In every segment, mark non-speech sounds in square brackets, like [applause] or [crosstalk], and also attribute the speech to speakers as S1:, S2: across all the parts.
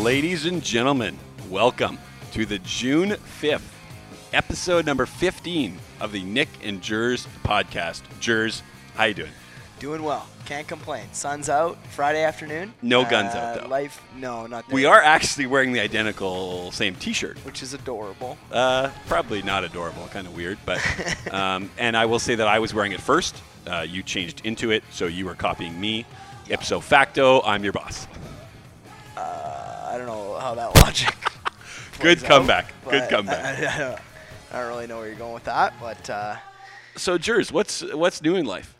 S1: Ladies and gentlemen, welcome to the June 5th, episode number 15 of the Nick and Jers podcast. Jers, how you doing?
S2: Doing well. Can't complain. Sun's out. Friday afternoon. Uh,
S1: No guns out, though.
S2: Life. No, not. There.
S1: We are actually wearing the identical same t-shirt.
S2: Which is adorable.
S1: Uh, probably not adorable, kind of weird,
S2: [laughs]
S1: but um, and I will say that I was wearing it first. Uh, you changed into it, so you were copying me. Ipso facto, I'm your boss.
S2: Uh, I don't know how that [laughs] logic.
S1: Good
S2: plays out,
S1: comeback. Good
S2: but uh,
S1: comeback.
S2: I, I don't, [laughs] I don't really know where you're going with that, but uh,
S1: So Jers, what's what's new in life?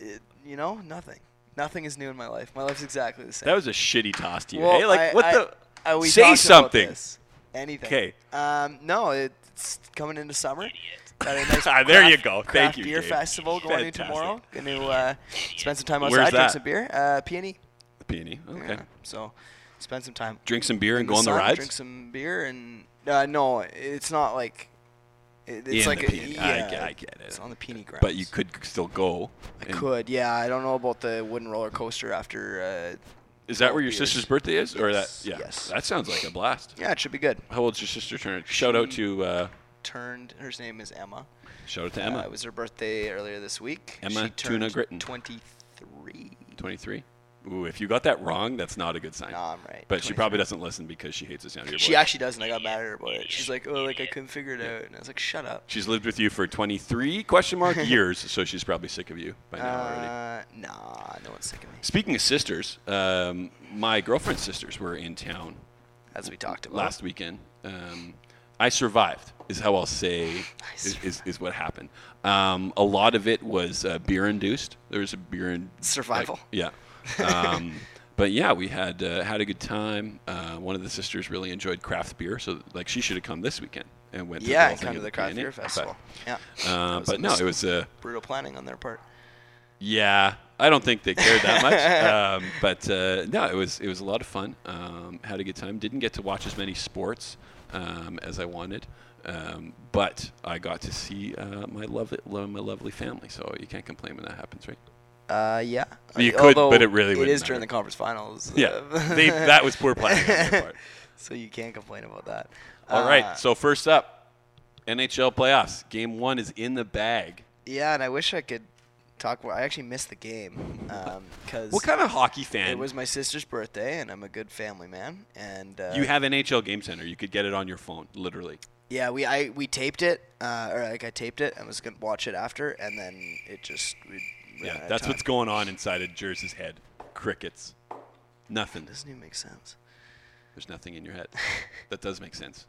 S2: it, you know, nothing. Nothing is new in my life. My life's exactly the same.
S1: That was a shitty toss to you.
S2: Well,
S1: hey, like
S2: I-
S1: what
S2: I-
S1: the?
S2: I- we
S1: say
S2: talked about
S1: something.
S2: this. Anything.
S1: 'Kay.
S2: Um, no, it's coming into summer. Got a
S1: [laughs]
S2: nice
S1: Ah, there you
S2: craft-
S1: go. Thank
S2: craft
S1: you,
S2: Beer
S1: Dave.
S2: festival going in
S1: Fantastic.
S2: tomorrow. Going to uh, spend some time
S1: Where's
S2: outside,
S1: that?
S2: drink some beer. Uh, Peony.
S1: Peony. E, Okay.
S2: Yeah, so spend some time.
S1: Drink some beer and
S2: in
S1: go on the
S2: sun,
S1: rides.
S2: Drink some beer and uh, no, it's not like it,
S1: In
S2: it's like
S1: the
S2: a,
S1: Peony. I
S2: yeah,
S1: get- I get it.
S2: It's on the peony grounds.
S1: but you could still go.
S2: I
S1: and-
S2: could, yeah. I don't know about the wooden roller coaster after. Uh,
S1: Is that where your
S2: Beers.
S1: sister's birthday is, or
S2: Yes,
S1: that? Yeah,
S2: yes.
S1: that sounds like a blast.
S2: yeah, it should be good.
S1: How old's your sister turning? Shout out to uh,
S2: Turned. Her name is Emma.
S1: shout out to
S2: Uh,
S1: Emma,
S2: it was her birthday earlier this week.
S1: Emma
S2: she
S1: Tuna
S2: turned
S1: Gritton.
S2: 23.
S1: twenty three. Ooh, if you got that wrong, that's not a good sign.
S2: No, I'm right.
S1: but she
S2: 23.
S1: probably doesn't listen because she hates the sound of your voice.
S2: She actually doesn't. I got mad at her about it. She's like, "Oh, like I couldn't figure it out," and I was like, "Shut up."
S1: She's lived with you for twenty three question
S2: [laughs]
S1: mark years, so she's probably sick of you by now already.
S2: Uh, nah, no one's sick of me.
S1: Speaking of sisters, um, my girlfriend's sisters were in town
S2: As we talked about
S1: last weekend. Um, I survived, is how I'll say, is, is, is what happened. Um, a lot of it was uh, beer induced. There was a beer in
S2: Survival.
S1: like- yeah. Um, [laughs] but yeah, we had uh, had a good time. Uh, one of the sisters really enjoyed craft beer, so like she should have come this weekend and went. to the
S2: Yeah,
S1: whole
S2: and
S1: thing
S2: come to
S1: at
S2: the craft
S1: Peony.
S2: beer festival. yeah.
S1: But, uh,
S2: That was
S1: but
S2: a
S1: no,
S2: mis-
S1: it was. Uh,
S2: brutal planning on their part.
S1: yeah, I don't think they cared that
S2: [laughs]
S1: much. um, but uh, no, it was it was a lot of fun. Um, had a good time. Didn't get to watch as many sports um, as I wanted, um, but I got to see uh, my lovely lo- my lovely family. So you can't complain when that happens, right?
S2: Uh, yeah.
S1: You could, but
S2: although
S1: it really
S2: It
S1: wouldn't
S2: is during
S1: matter.
S2: the conference finals.
S1: Yeah,
S2: uh,
S1: they, that
S2: [laughs]
S1: was poor planning on their part.
S2: so you can't complain about that.
S1: All
S2: Uh,
S1: right, so first up, NHL playoffs. Game one is in the bag.
S2: yeah, and I wish I could talk more. I actually missed the game
S1: [laughs]
S2: because
S1: What kind of hockey fan?
S2: it was my sister's birthday, and I'm a good family man. And uh,
S1: you have NHL Game Center. You could get it on your phone, literally.
S2: Yeah, we I we taped it, uh, or like I taped it and was gonna watch it after, and then it just we ran out
S1: Yeah,
S2: of
S1: that's
S2: time.
S1: what's going on inside of Jersey's head. Crickets. Nothing.
S2: doesn't even make sense.
S1: There's nothing in your [laughs] head. That does make sense.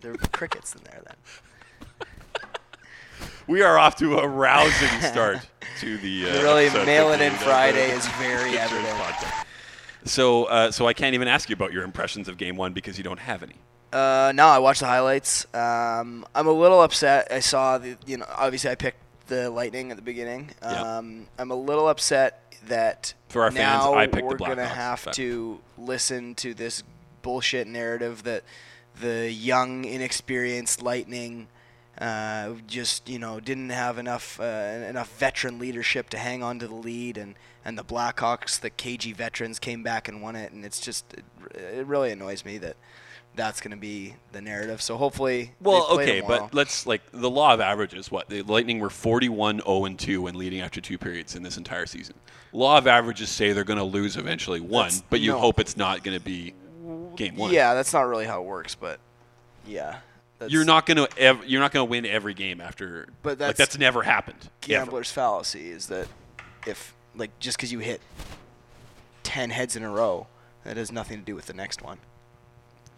S2: There were crickets in there then.
S1: We are off to a rousing [laughs] start to the. Uh, [laughs]
S2: really
S1: episode
S2: mailing
S1: 15
S2: in
S1: of the
S2: Friday is very
S1: Jersey's
S2: evident.
S1: podcast. So, uh, so I can't even ask you about your impressions of Game One because you don't have any.
S2: Uh, no, I watched the highlights. Um, I'm a little upset. I saw the, you know, obviously I picked the Lightning at the beginning.
S1: Yeah.
S2: Um, I'm a little upset that
S1: For our fans,
S2: now
S1: I picked the
S2: we're gonna
S1: Blackhawks,
S2: have
S1: but-
S2: to listen to this bullshit narrative that the young, inexperienced Lightning uh, just you know didn't have enough uh, enough veteran leadership to hang on to the lead, and and the Blackhawks, the KG veterans, came back and won it, and it's just it, it really annoys me that that's going to be the narrative. So hopefully, they
S1: Well,
S2: play
S1: okay,
S2: tomorrow.
S1: but let's like the law of averages. What the Lightning were 41 0 and 2 when leading after two periods in this entire season. Law of averages say they're going to lose eventually one,
S2: That's-
S1: but you
S2: no.
S1: hope it's not going to be game one.
S2: yeah, that's not really how it works, but yeah, that's
S1: you're not going to ev- you're not going to win every game after.
S2: But
S1: like
S2: that's-
S1: that's never happened. Ever.
S2: gambler's fallacy is that if like just because you hit ten heads in a row, that has nothing to do with the next one.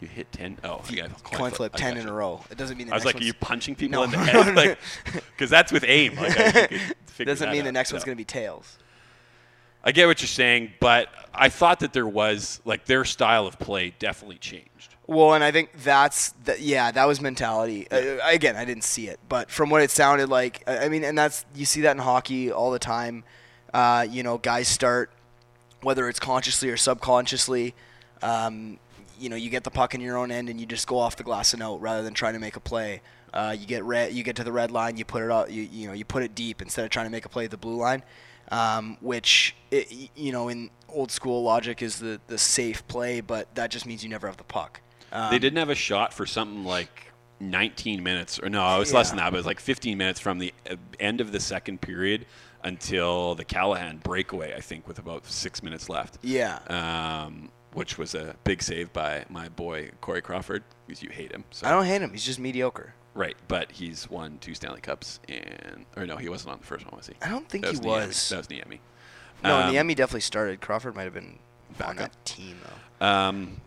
S1: You hit 10. Oh, yeah, coin,
S2: Coin flip
S1: I
S2: ten
S1: gotcha.
S2: in a row. It doesn't mean the
S1: I was
S2: next
S1: like, are you
S2: one's-
S1: punching people
S2: No.
S1: in the
S2: [laughs]
S1: head? Like, because that's with aim. Like, I
S2: doesn't mean the next one's
S1: to
S2: going to be tails.
S1: I get what you're saying, but I thought that there was like their style of play definitely changed.
S2: Well, and I think that's the, yeah, that was mentality. Uh, again, I didn't see it, but from what it sounded like, I I mean, and that's you see that in hockey all the time. Uh, you know, guys start whether it's consciously or subconsciously. Um, you know, you get the puck in your own end and you just go off the glass and out rather than trying to make a play. Uh, you get red, you get to the red line, you put it out, you, you know, you put it deep instead of trying to make a play at the blue line. um, which it, you know in old school logic is the the safe play, but that just means you never have the puck. Um,
S1: they didn't have a shot for something like 19 minutes, or no, it was less than that, but it was like 15 minutes from the uh, end of the second period until the Callahan breakaway, I think, with about six minutes left.
S2: Yeah.
S1: Um, which was a big save by my boy Corey Crawford, because you hate him. So.
S2: I don't hate him. He's just mediocre.
S1: Right, but he's won two Stanley Cups, and or no, he wasn't on the first one, was he?
S2: I don't think
S1: That
S2: he
S1: Niemi.
S2: was.
S1: That was Niemi.
S2: No,
S1: Um,
S2: and the Emmy definitely started. Crawford might have been on
S1: Backup.
S2: that team though.
S1: Um,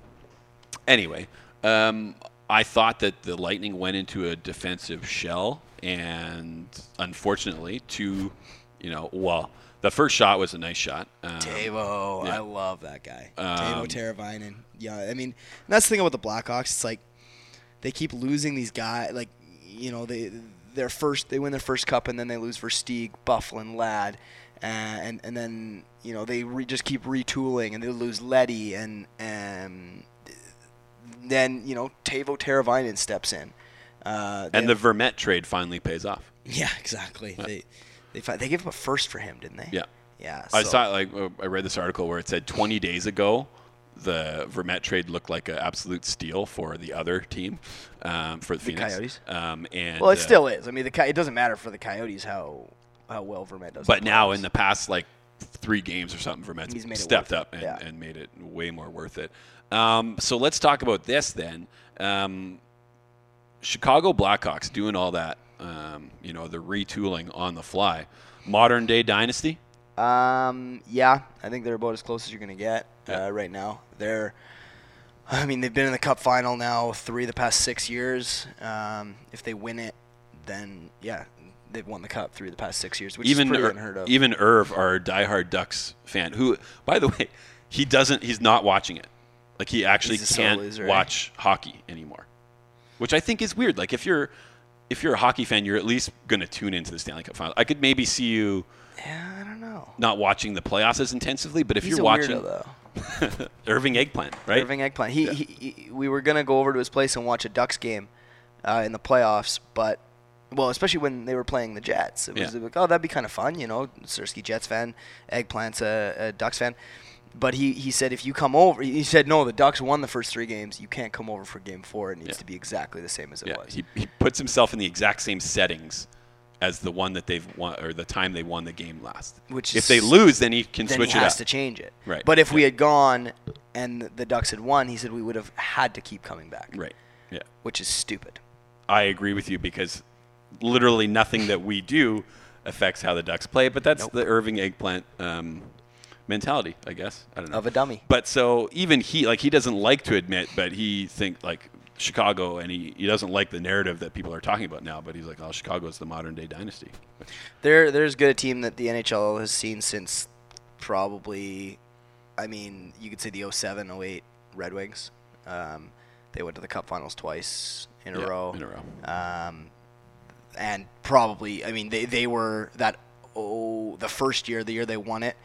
S1: anyway, um, I thought that the Lightning went into a defensive shell, and unfortunately, two, you know, well, the first shot was a nice shot. Um,
S2: Tavo,
S1: yeah.
S2: I love that guy.
S1: Um,
S2: Tavo Teravainen. Yeah, I mean, and that's the thing about the Blackhawks. It's like they keep losing these guys. Like you know, they their first they win their first cup and then they lose Versteeg, Bufflin, Ladd, uh, and and then you know they re- just keep retooling and they lose Letty and and then you know Tavo Teravainen steps in. Uh, they
S1: and the Vermette trade finally pays off.
S2: [laughs] Yeah, exactly. They they fi- they gave up a first for him, didn't they?
S1: Yeah.
S2: Yeah.
S1: I
S2: so-
S1: saw like uh, I read this article where it said 20 days ago, the Vermette trade looked like an absolute steal for the other team, um, for the, Phoenix.
S2: Coyotes?
S1: Um, and
S2: Well, it
S1: uh,
S2: still is. I mean, the Coy- it doesn't matter for the Coyotes how how well Vermette does.
S1: But now in the past like three games or something, Vermette's
S2: He's made it
S1: stepped
S2: worth it,
S1: up and,
S2: yeah.
S1: and made it way more worth it. Um, so let's talk about this then. Um, Chicago Blackhawks doing all that, um, you know, the retooling on the fly. Modern day dynasty.
S2: the um yeah, I think they're about as close as you're gonna get
S1: Yeah.
S2: uh, right now. They're I mean they've been in the Cup final now three of the past six years. Um, if they win it, then yeah, they've won the Cup three of the past six years, which is
S1: even er, e
S2: pretty
S1: Ir-
S2: unheard of.
S1: even Irv, our diehard Ducks fan, who by the way, he doesn't. He's not watching it. Like he actually
S2: He's a sore
S1: can't
S2: loser, eh?
S1: watch hockey anymore, which I think is weird. Like if you're if you're a hockey fan, you're at least gonna tune into the Stanley Cup final. I could maybe see you
S2: yeah, I don't know.
S1: not watching the playoffs as intensively, but if
S2: He's
S1: you're
S2: a
S1: watching
S2: weirdo though.
S1: Irving Eggplant, right?
S2: Irving Eggplant. He, he, he- we were gonna go over to his place and watch a Ducks game uh, in the playoffs, but well, especially when they were playing the Jets, it was
S1: Yeah.
S2: like, oh, that'd be kind of fun, you know. Sersky Jets fan, Eggplant's a, a Ducks fan, but he, he said if you come over, he said no, the Ducks won the first three games, you can't come over for game four. It needs
S1: Yeah.
S2: to be exactly the same as it
S1: yeah,
S2: was.
S1: he, he puts himself in the exact same settings as the one that they've won or the time they won the game last.
S2: Which
S1: if
S2: is-
S1: they lose, then he can
S2: then
S1: switch
S2: he
S1: it
S2: has
S1: up.
S2: to change it.
S1: Right.
S2: But if we
S1: Yeah.
S2: had gone and the Ducks had won, he said we would have had to keep coming back.
S1: right. Yeah.
S2: Which is stupid.
S1: I agree with you because literally nothing that we do affects how the Ducks play. But that's the Irving eggplant um, mentality, I guess. I don't know
S2: Of a dummy.
S1: But so even he, like, he doesn't like to admit, but he think like Chicago, and he, he doesn't like the narrative that people are talking about now. But he's like, oh, Chicago's the modern day dynasty.
S2: They're they're as good a team that the NHL has seen since probably, I mean, you could say the 07, 08 Red Wings. Um, they went to the Cup Finals twice in a
S1: Yeah,
S2: row.
S1: in a row.
S2: Um, and probably, I mean, they, they were that oh the first year, the year they won it,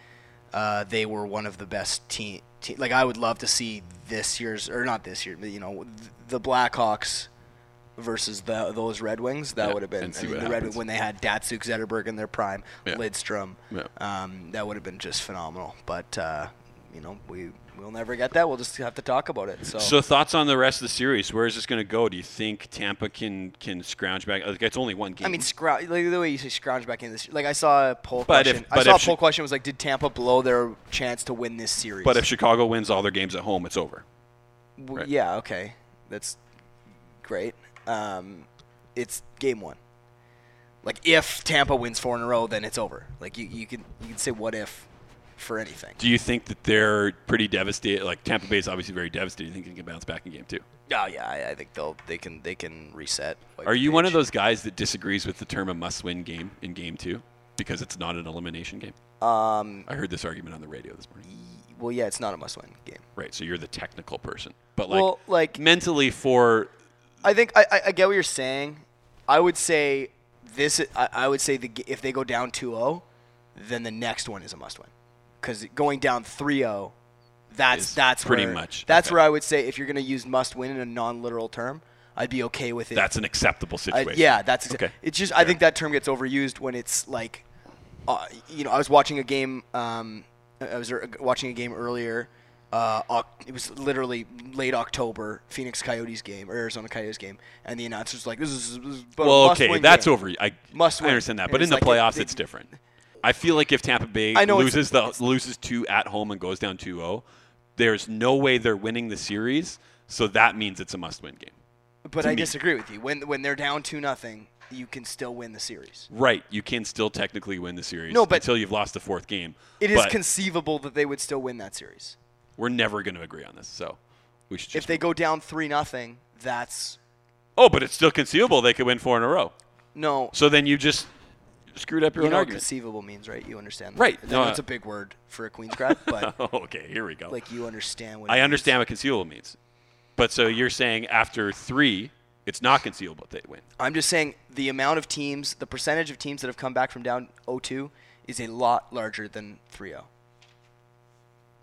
S2: uh, they were one of the best team. Te- like I would love to see this year's or not this year, but you know, th- the Blackhawks versus the, those Red Wings. That
S1: Yeah,
S2: would have been
S1: and see
S2: I mean,
S1: what
S2: the Red
S1: happens.
S2: when they had Datsuk Zetterberg in their prime,
S1: Yeah.
S2: Lidstrom.
S1: Yeah.
S2: Um, that would have been just phenomenal. But uh, you know, we we'll never get that. We'll just have to talk about it. So,
S1: So thoughts on the rest of the series? Where is this going to go? Do you think Tampa can can scrounge back? Like, it's only one game.
S2: I mean, scrou- like the way you say scrounge back in this, like I saw a poll
S1: But if-
S2: question. I
S1: but
S2: saw a
S1: if
S2: poll
S1: Chi-
S2: question was like, did Tampa blow their chance to win this series?
S1: but if Chicago wins all their games at home, it's over.
S2: W-
S1: right.
S2: yeah, okay, that's great. Um, it's game one. Like if Tampa wins four in a row, then it's over. Like you, you can you can say what if for anything.
S1: Do you think that they're pretty devastated? Like Tampa Bay is obviously very devastated. You think they can bounce back in game two?
S2: Oh yeah, I, I think they'll they can they can reset. like,
S1: Are you one of
S2: page.
S1: those guys that disagrees with the term a must-win game in game two because it's not an elimination game?
S2: Um,
S1: I heard this argument on the radio this morning.
S2: well, yeah, it's not a must-win game.
S1: Right, so you're the technical person, but like,
S2: Well, like-
S1: mentally for
S2: I think I, I, I get what you're saying. I would say this. I, I would say the, g- if they go down 2-0, then the next one is a must-win because going down 3-0, that's
S1: Is
S2: that's
S1: pretty
S2: where-
S1: much-
S2: that's
S1: okay.
S2: where I would say if you're going to use must-win in a non-literal term, I'd be okay with it.
S1: that's an acceptable
S2: I-
S1: situation.
S2: yeah, that's exa-
S1: Okay.
S2: It's just I think that term gets overused when it's like uh, you know, I was watching a game. Um, I was er- watching a game earlier. Uh, Oc- it was literally late October, Phoenix Coyotes game or Arizona Coyotes game, and the announcer was like, "This is, this is a
S1: Well,
S2: must-win
S1: okay, that's
S2: game.
S1: over. I
S2: Must
S1: I
S2: win.
S1: understand that,
S2: And
S1: but in
S2: it's
S1: the
S2: like it-
S1: playoffs,
S2: it-
S1: it's different. I feel like if Tampa Bay
S2: I know it's-
S1: loses the loses two at home and goes down 2-0, there's no way they're winning the series. So that means it's a must-win game.
S2: But
S1: to
S2: I
S1: me.
S2: disagree with you. When when they're down two nothing, you can still win the series.
S1: Right, you can still technically win the series
S2: No, but-
S1: until you've lost the fourth game.
S2: It is
S1: but
S2: conceivable that they would still win that series.
S1: we're never going to agree on this, so we should
S2: If
S1: just
S2: they go down three nothing, that's
S1: Oh, but it's still conceivable they could win four in a row.
S2: no.
S1: So then you just screwed up your
S2: You
S1: own
S2: know what
S1: argument.
S2: conceivable means, right? You understand that.
S1: Right.
S2: I
S1: No,
S2: know it's
S1: I-
S2: a big word for a Queen's
S1: [laughs]
S2: grad, but
S1: okay, here we go.
S2: like you understand what it
S1: I
S2: means.
S1: understand what concealable means. But so you're saying after three, it's not concealable they win.
S2: I'm just saying the amount of teams, the percentage of teams that have come back from down 0-2 is a lot larger than oh. 3-0.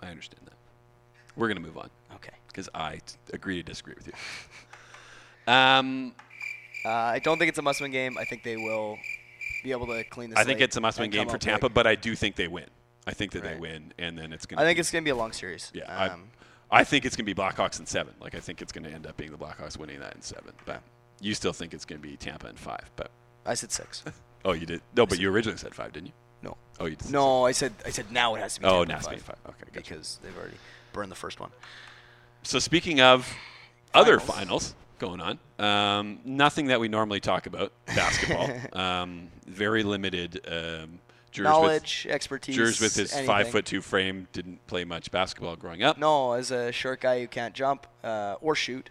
S1: I understand that. We're going to move on
S2: Okay.
S1: because I t- agree to disagree with you. Um,
S2: Uh, I don't think it's a must-win game. I think they will be able to clean this.
S1: I think it's a must win game for Tampa, but I do think they win. I think that they
S2: Right.
S1: win, and then it's going
S2: I
S1: to
S2: think it's going to be a long series.
S1: Yeah,
S2: Um,
S1: I, I think it's going to be Blackhawks in seven. Like, I think it's going to end up being the Blackhawks winning that in seven. But you still think it's going to be Tampa in five. But,
S2: I
S1: [laughs]
S2: said six.
S1: oh, you did. No, but you originally said five, didn't you?
S2: No.
S1: Oh, you did.
S2: No, I said I said now it has to be.
S1: Oh,
S2: Tampa
S1: now it's
S2: five,
S1: been five. Okay, gotcha.
S2: because they've already burned the first one.
S1: So speaking of other
S2: Finals.
S1: finals going on, um, nothing that we normally talk about
S2: [laughs]
S1: basketball. um, very limited. Um, Jurz
S2: Knowledge,
S1: With,
S2: expertise.
S1: Jurz with his
S2: anything.
S1: five foot two frame didn't play much basketball growing up.
S2: No, as a short guy who can't jump uh, or shoot,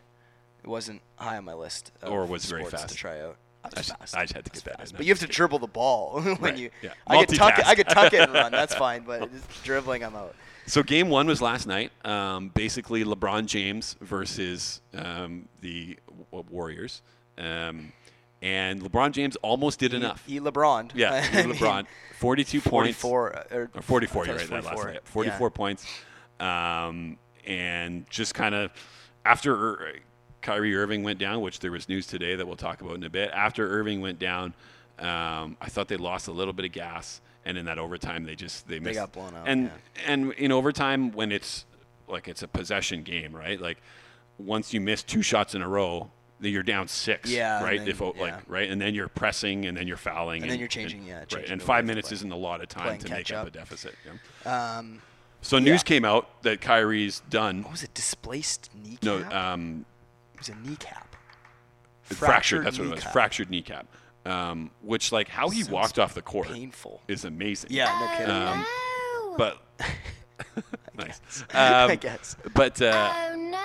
S2: it wasn't high on my list. Of
S1: Or was very
S2: sports
S1: fast.
S2: to try out. I was
S1: I just-
S2: fast.
S1: I just had to
S2: was
S1: get that
S2: fast.
S1: in.
S2: But you
S1: [laughs]
S2: have to dribble the ball [laughs] when
S1: Right,
S2: you.
S1: yeah.
S2: I could tuck it. I could
S1: Multitask.
S2: tuck it and run. That's fine.
S1: [laughs]
S2: But just dribbling, I'm out.
S1: So game one was last night. Um, basically, LeBron James versus um, the Wa- Warriors, um, and LeBron James almost did enough.
S2: He LeBron. [laughs]
S1: yeah,
S2: I
S1: he
S2: mean,
S1: LeBron, forty-two points.
S2: 44 or,
S1: or 44
S2: I
S1: you're
S2: thought
S1: right
S2: it
S1: that
S2: was
S1: last
S2: 44.
S1: night 44 points um, and just kind of after Ir- Kyrie Irving went down which there was news today that we'll talk about in a bit after Irving went down um, I thought they lost a little bit of gas and in that overtime they just they, missed
S2: got blown out,
S1: and
S2: yeah.
S1: and in overtime when it's like it's a possession game right like once you miss two shots in a row then you're down six
S2: Yeah, and
S1: right
S2: then-
S1: if oh,
S2: yeah.
S1: like right and then you're pressing and then you're fouling and,
S2: then you're changing, yeah,
S1: right
S2: changing
S1: and
S2: the
S1: five
S2: way to
S1: minutes
S2: play.
S1: isn't a lot of time
S2: Playing
S1: to make
S2: catch
S1: up
S2: up.
S1: a deficit yeah.
S2: Yeah. Um,
S1: So news came out that Kyrie's done.
S2: what was it? Displaced kneecap.
S1: No, um,
S2: it was a kneecap.
S1: fractured. That's what it was. Fractured kneecap. Um, which, like, how he walked off the court
S2: Painful.
S1: is amazing.
S2: Yeah, no kidding.
S1: Um,
S3: Oh,
S1: But
S2: [laughs]
S1: nice.
S2: I
S1: Um,
S2: guess.
S1: But uh,
S3: oh no.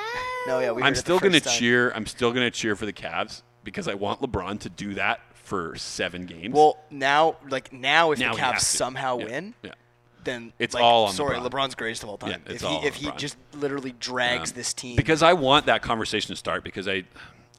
S2: No, yeah, we. heard
S1: I'm
S2: it the
S1: still gonna
S2: first time.
S1: cheer. I'm still gonna cheer for the Cavs because I want LeBron to do that for seven games.
S2: Well, now, like now, if
S1: Now
S2: the
S1: he
S2: Cavs
S1: has to.
S2: somehow
S1: Yeah,
S2: win,
S1: Yeah.
S2: then
S1: It's
S2: like,
S1: all on
S2: sorry,
S1: LeBron.
S2: LeBron's greatest of all time.
S1: Yeah, it's
S2: if he
S1: all
S2: if he
S1: LeBron.
S2: just literally drags this team,
S1: Um, Because I want that conversation to start because I,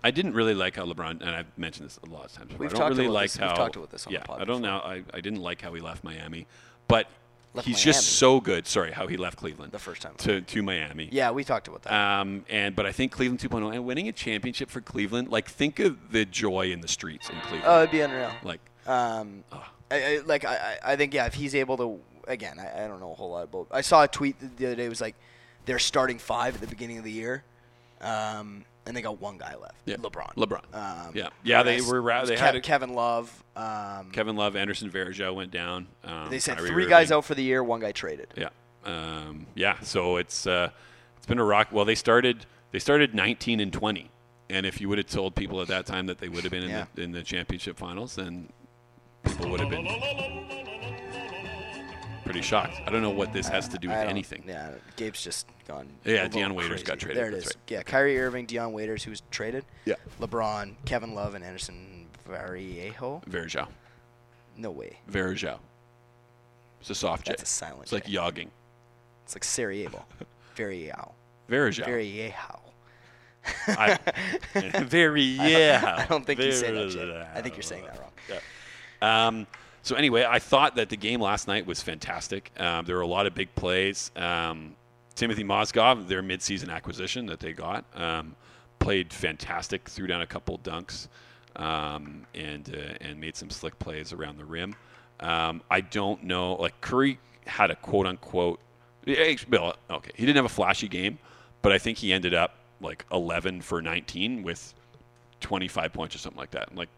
S1: I didn't really like how LeBron and I've mentioned this a lot of times. Before.
S2: We've
S1: I don't
S2: talked
S1: really
S2: about
S1: like
S2: this-
S1: how
S2: we've talked about this on the
S1: yeah,
S2: pod
S1: I don't know. I, I didn't like how he left Miami, but
S2: Left
S1: he's
S2: Miami.
S1: just so good. Sorry, how he left Cleveland
S2: The first time.
S1: to to Miami.
S2: yeah, we talked about that.
S1: Um, and but I think Cleveland 2.0 and winning a championship for Cleveland, like think of the joy in the streets in Cleveland.
S2: oh, it'd be unreal.
S1: like
S2: Um, I, I, like I, I I think yeah, if he's able to again, I, I don't know a whole lot about. I saw a tweet the other day it was like, they're starting five at the beginning of the year, um, and they got one guy left,
S1: yeah,
S2: LeBron.
S1: LeBron.
S2: Um,
S1: yeah, yeah. They
S2: Whereas
S1: were ra-
S2: it was
S1: they
S2: Kev-
S1: had a,
S2: Kevin Love. Um,
S1: Kevin Love, Anderson Varejao went down. Um,
S2: they said
S1: Kyrie
S2: three guys
S1: Irving.
S2: out for the year, one guy traded.
S1: Yeah, um, yeah. So it's uh, it's been a rock. Well, they started they started 19 and 20, and if you would have told people at that time that they would have been in,
S2: Yeah.
S1: the, in the championship finals, then people would have been pretty shocked. I don't know what this has to do with
S2: I don't-
S1: anything.
S2: Yeah, I don't- Gabe's just gone.
S1: Yeah,
S2: a little
S1: Deion Waiters got traded,
S2: There it
S1: that's
S2: is.
S1: right.
S2: Yeah, Kyrie Irving, Deion Waiters, who was traded.
S1: Yeah.
S2: LeBron, Kevin Love, and Anderson Variejo.
S1: Verjao,
S2: No way.
S1: Verjao. It's a soft J.
S2: That's a silent
S1: It's like
S2: J.
S1: yogging.
S2: It's
S1: [laughs]
S2: like Sarajevo. Variejo.
S1: Verjao.
S2: Variejo.
S1: I, [laughs]
S2: [laughs]
S1: very yeah.
S2: I don't think you say that. Jay. I think you're saying that wrong.
S1: Um, so anyway, I thought that the game last night was fantastic. Um, there were a lot of big plays. Um, Timothy Mozgov, their midseason acquisition that they got, um, played fantastic. Threw down a couple dunks um, and uh, and made some slick plays around the rim. Um, I don't know. Like Curry had a quote unquote. eh, Well, okay, he didn't have a flashy game, but I think he ended up like 11 for 19 with 25 points or something like that. And like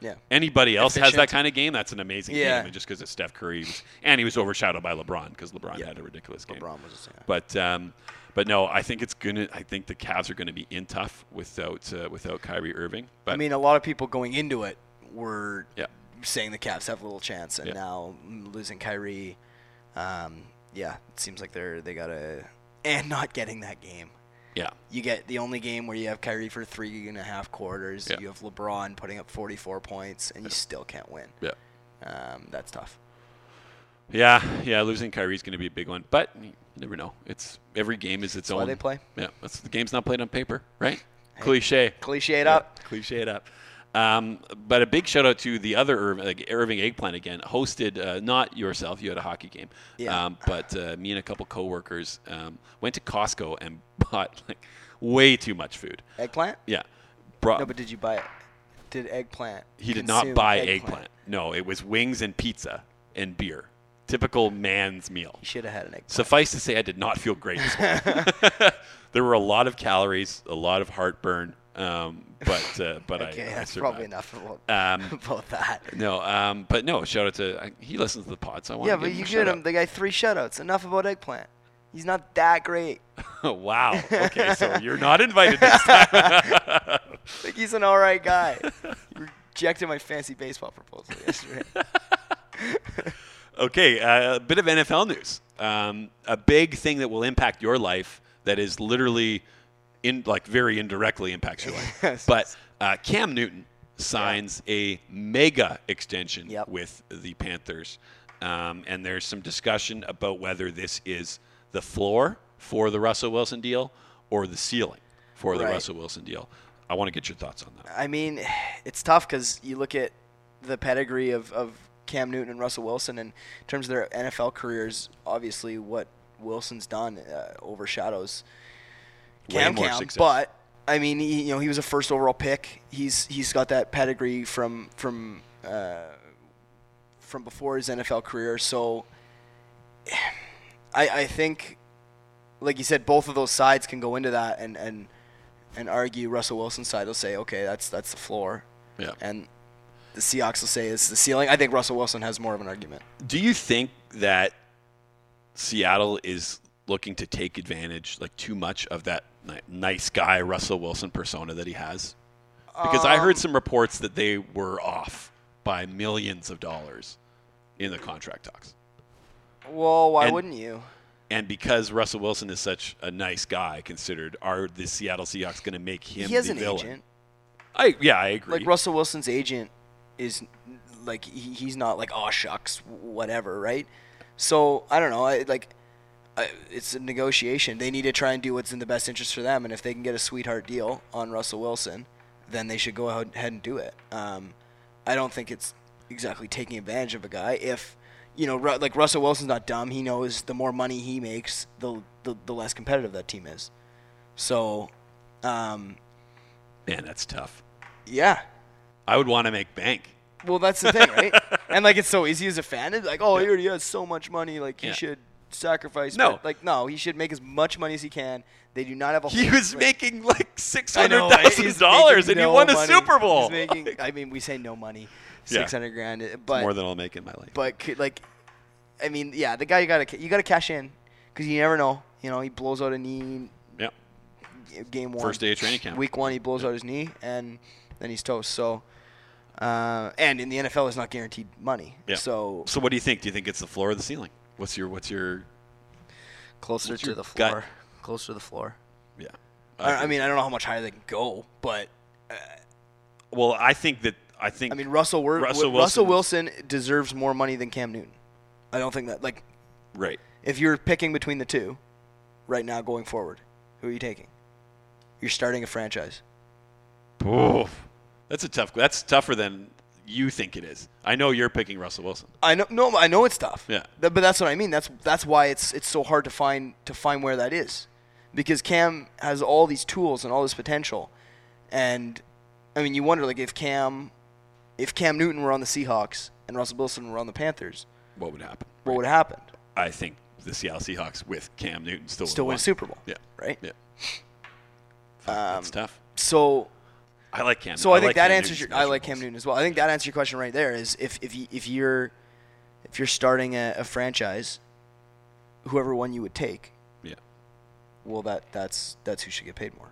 S2: Yeah.
S1: anybody else has that
S2: Efficient.
S1: kind of game, that's an amazing
S2: Yeah.
S1: game. And just because it's Steph Curry, was- and he was overshadowed by LeBron because LeBron had a ridiculous game.
S2: LeBron was just, yeah.
S1: But um, but no, I think it's gonna. I think the Cavs are gonna be in tough without uh, without Kyrie Irving. But
S2: I mean, a lot of people going into it were
S1: Yeah.
S2: saying the Cavs have little chance, and
S1: Yeah.
S2: now losing Kyrie, um, yeah, it seems like they're they gotta and not getting that game.
S1: yeah,
S2: You get the only game where you have Kyrie for three and a half quarters.
S1: Yeah.
S2: You have LeBron putting up 44 points, and you still can't win.
S1: yeah,
S2: Um, that's tough.
S1: yeah, yeah. Losing Kyrie's gonna be a big one. But you never know. It's every game is its
S2: why
S1: own.
S2: they play.
S1: Yeah, that's the game's not played on paper, right? Cliche.
S2: Cliche it
S1: Yeah,
S2: up.
S1: Cliche it up. Um, but a big shout out to the other Irving, like Irving Eggplant again, hosted uh, not yourself. You had a hockey game,
S2: Yeah.
S1: um, but uh, me and a couple coworkers um, went to Costco and [laughs] bought like way too much food.
S2: Eggplant?
S1: Yeah, brought,
S2: No, but did you buy it? Did eggplant?
S1: Uh, he did
S2: consume
S1: not buy eggplant. No, it was wings and pizza and beer. Typical man's meal.
S2: You should have had an eggplant.
S1: Suffice to say, I did not feel
S2: [laughs]
S1: great. [laughs] this morning. there were a lot of calories, a lot of heartburn, um, but uh, but I-
S2: [laughs] Okay,
S1: I,
S2: that's
S1: survived.
S2: probably enough
S1: [laughs]
S2: about, [laughs]
S1: Um,
S2: about that.
S1: No, um, but no. Shout out to I, he listens to the pod, so I want
S2: Yeah,
S1: to
S2: but
S1: give
S2: you
S1: him a
S2: get
S1: shout
S2: him. The guy three shutouts. Enough about eggplant. He's not that great.
S1: out. [laughs] wow. Okay,
S2: [laughs]
S1: so you're not invited next time.
S2: Like he's an all
S1: [laughs]
S2: right guy. You rejected my fancy baseball proposal yesterday.
S1: Okay, uh, a bit of NFL news. Um, a big thing that will impact your life that is literally, in like very indirectly impacts your life.
S2: [laughs] Yes.
S1: But uh, Cam Newton signs a mega extension
S2: Yep.
S1: with the Panthers, um, and there's some discussion about whether this is the floor for the Russell Wilson deal or the ceiling for the
S2: Right.
S1: Russell Wilson deal. I want to get your thoughts on that.
S2: I mean, it's tough because you look at the pedigree of, of Cam Newton and Russell Wilson, and in terms of their NFL careers, obviously what Wilson's done uh, overshadows
S1: Way
S2: Cam
S1: more
S2: Cam.
S1: success.
S2: But I mean, he, you know, he was a first overall pick. He's he's got that pedigree from from uh, from before his NFL career. So I I think, like you said, both of those sides can go into that and and and argue Russell Wilson's side will say, okay, that's that's the floor,
S1: Yeah.
S2: and the Seahawks will say it's the ceiling. I think Russell Wilson has more of an argument.
S1: Do you think that Seattle is looking to take advantage, like too much of that ni- nice guy Russell Wilson persona that he has? Because I
S2: Um,
S1: heard some reports that they were off by millions of dollars in the contract talks.
S2: Well, why
S1: And-
S2: wouldn't you?
S1: And because Russell Wilson is such a nice guy, considered, are the Seattle Seahawks going to make him
S2: He has
S1: the
S2: an
S1: villain?
S2: agent.
S1: I yeah, I agree.
S2: Like Russell Wilson's agent is like he, he's not like oh shucks whatever right. So I don't know. I like. I, it's a negotiation. They need to try and do what's in the best interest for them, and if they can get a sweetheart deal on Russell Wilson, then they should go ahead ahead and do it. Um, I don't think it's exactly taking advantage of a guy. If you know, Ru- like Russell Wilson's not dumb. He knows the more money he makes, the the, the less competitive that team is. So, um,
S1: Man, that's tough.
S2: yeah,
S1: I would want to make bank.
S2: Well, that's the thing,
S1: [laughs]
S2: right? and like, it's so easy as a fan. It's like, oh, he already has so much money. Like, he
S1: Yeah.
S2: should sacrifice.
S1: No.
S2: but, like, no, he should make as much money as he can. They do not have a.
S1: He
S2: whole-
S1: was
S2: like-
S1: making like six
S2: I
S1: hundred
S2: know,
S1: thousand
S2: he's
S1: dollars, and
S2: making
S1: he
S2: no
S1: won a
S2: money.
S1: Super Bowl.
S2: He's making. I mean, we say no money.
S1: Yeah.
S2: Six hundred grand, but
S1: more than I'll make in my life.
S2: but could, like, I mean, yeah, the guy you gotta ca- you gotta cash in because you never know. You know, he blows out a knee
S1: yeah,
S2: game one.
S1: First day of training camp.
S2: Week one, he blows out his knee, and then he's toast. So, uh, and in the NFL, it's not guaranteed money.
S1: yeah.
S2: So
S1: so what do you think? Do you think it's the floor or the ceiling? What's your what's your
S2: closer
S1: What's
S2: to
S1: your
S2: the
S1: gut?
S2: floor. Closer to the floor.
S1: yeah? Uh,
S2: I, I mean, I don't know how much higher they can go, but
S1: well, I think that I think
S2: I mean, Russell, we
S1: Russell
S2: Russell, Russell Wilson deserves more money than Cam Newton. I don't think that like
S1: right.
S2: if you're picking between the two, right now going forward, who are you taking? You're starting a franchise.
S1: Oof. That's a tough. That's tougher than you think it is. I know you're picking Russell Wilson.
S2: I know, no, I know it's tough.
S1: Yeah.
S2: Th- but that's what I mean. That's that's why it's it's so hard to find to find where that is, because Cam has all these tools and all this potential, and I mean, you wonder like if Cam if Cam Newton were on the Seahawks and Russell Wilson were on the Panthers,
S1: What would happen?
S2: what
S1: right?
S2: would have happened?
S1: I think the Seattle Seahawks with Cam Newton still
S2: Still
S1: would've
S2: win
S1: won.
S2: a Super Bowl,
S1: Yeah,
S2: right?
S1: yeah. Fuck, that's tough.
S2: So
S1: I like Cam.
S2: So I, think
S1: like
S2: that
S1: Cam
S2: answers
S1: Newton's
S2: your. I like
S1: measurables.
S2: Cam Newton as well. I think that answers your question right there. Is if if you, if you're if you're starting a, a franchise, whoever one you would take,
S1: Yeah.
S2: well, that that's that's who should get paid more.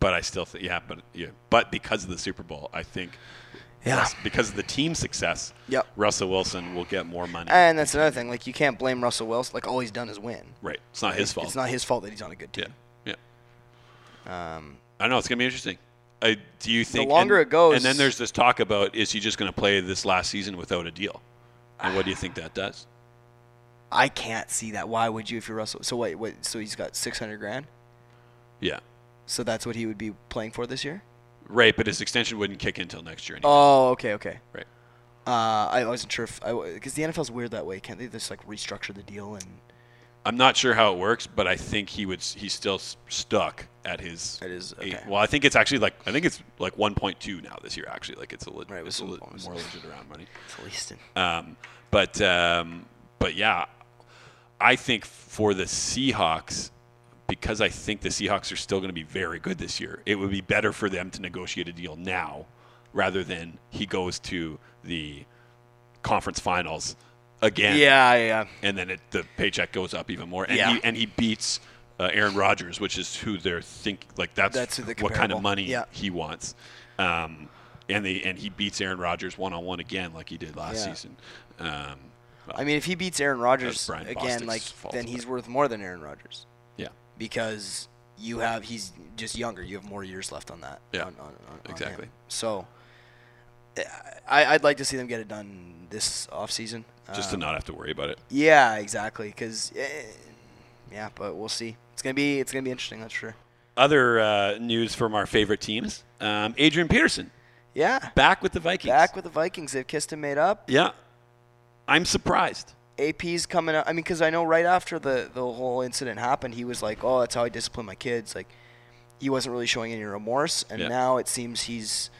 S1: But I still think, yeah, but yeah, but because of the Super Bowl, I think,
S2: Yeah.
S1: Russ- because of the team success,
S2: Yep. Uh,
S1: Russell Wilson will get more money.
S2: And that's another thing. Like you can't blame Russell Wilson. Like all he's done is win.
S1: right, it's not his fault.
S2: uh, It's not his fault that he's on a good
S1: yeah,
S2: team.
S1: yeah.
S2: Um,
S1: I don't know. It's gonna be interesting. I, do you think
S2: longer
S1: and,
S2: it goes-
S1: and then there's this talk about is he just gonna play this last season without a deal? And what do you think that does?
S2: I can't see that. Why would you if you're Russell? So wait, wait. So he's got six hundred grand.
S1: Yeah,
S2: So that's what he would be playing for this year.
S1: right. But his extension wouldn't kick in until next year. Anyway.
S2: Oh, okay, okay.
S1: Right.
S2: Uh, I wasn't sure if because the NFL's weird that way. Can't they just like restructure the deal and
S1: I'm not sure how it works, but I think he would. s- He's still s- stuck at his.
S2: It is- okay.
S1: well, I think it's actually like I think it's like 1.2 now this year. Actually, like it's a, lit
S2: Right, with
S1: it's a
S2: some
S1: lit-
S2: bonus.
S1: more legit around money.
S2: at least in
S1: Um, but um, but yeah, I think for the Seahawks, because I think the Seahawks are still going to be very good this year, it would be better for them to negotiate a deal now rather than he goes to the conference finals again
S2: Yeah, yeah.
S1: and then it, the paycheck goes up even more. And
S2: Yeah.
S1: he and he beats uh, Aaron Rodgers, which is who they're think like that's,
S2: That's who the
S1: what kind
S2: comparable-
S1: of money
S2: yeah.
S1: he wants. Um, and they and he beats Aaron Rodgers one on one again, like he did last
S2: Yeah.
S1: season. Um,
S2: I mean, if he beats Aaron Rodgers
S1: Brian
S2: again,
S1: Bostic's
S2: like
S1: fault,
S2: then
S1: but-
S2: he's worth more than Aaron Rodgers
S1: yeah,
S2: because you have he's just younger. You have more years left on that.
S1: Yeah,
S2: on, on, on- on him.
S1: exactly.
S2: So, I, I'd like to see them get it done this offseason.
S1: just to
S2: Um,
S1: not have to worry about it.
S2: Yeah, exactly. Because yeah, but we'll see. It's gonna be it's gonna be interesting. That's for sure.
S1: Other uh, news from our favorite teams: um, Adrian Peterson
S2: Yeah,
S1: back with the Vikings.
S2: back with the Vikings. They've kissed and made up.
S1: yeah, I'm surprised.
S2: AP's coming up. I mean, because I know right after the the whole incident happened, he was like, "Oh, that's how I discipline my kids." Like, he wasn't really showing any remorse, and
S1: Yeah.
S2: now it seems he's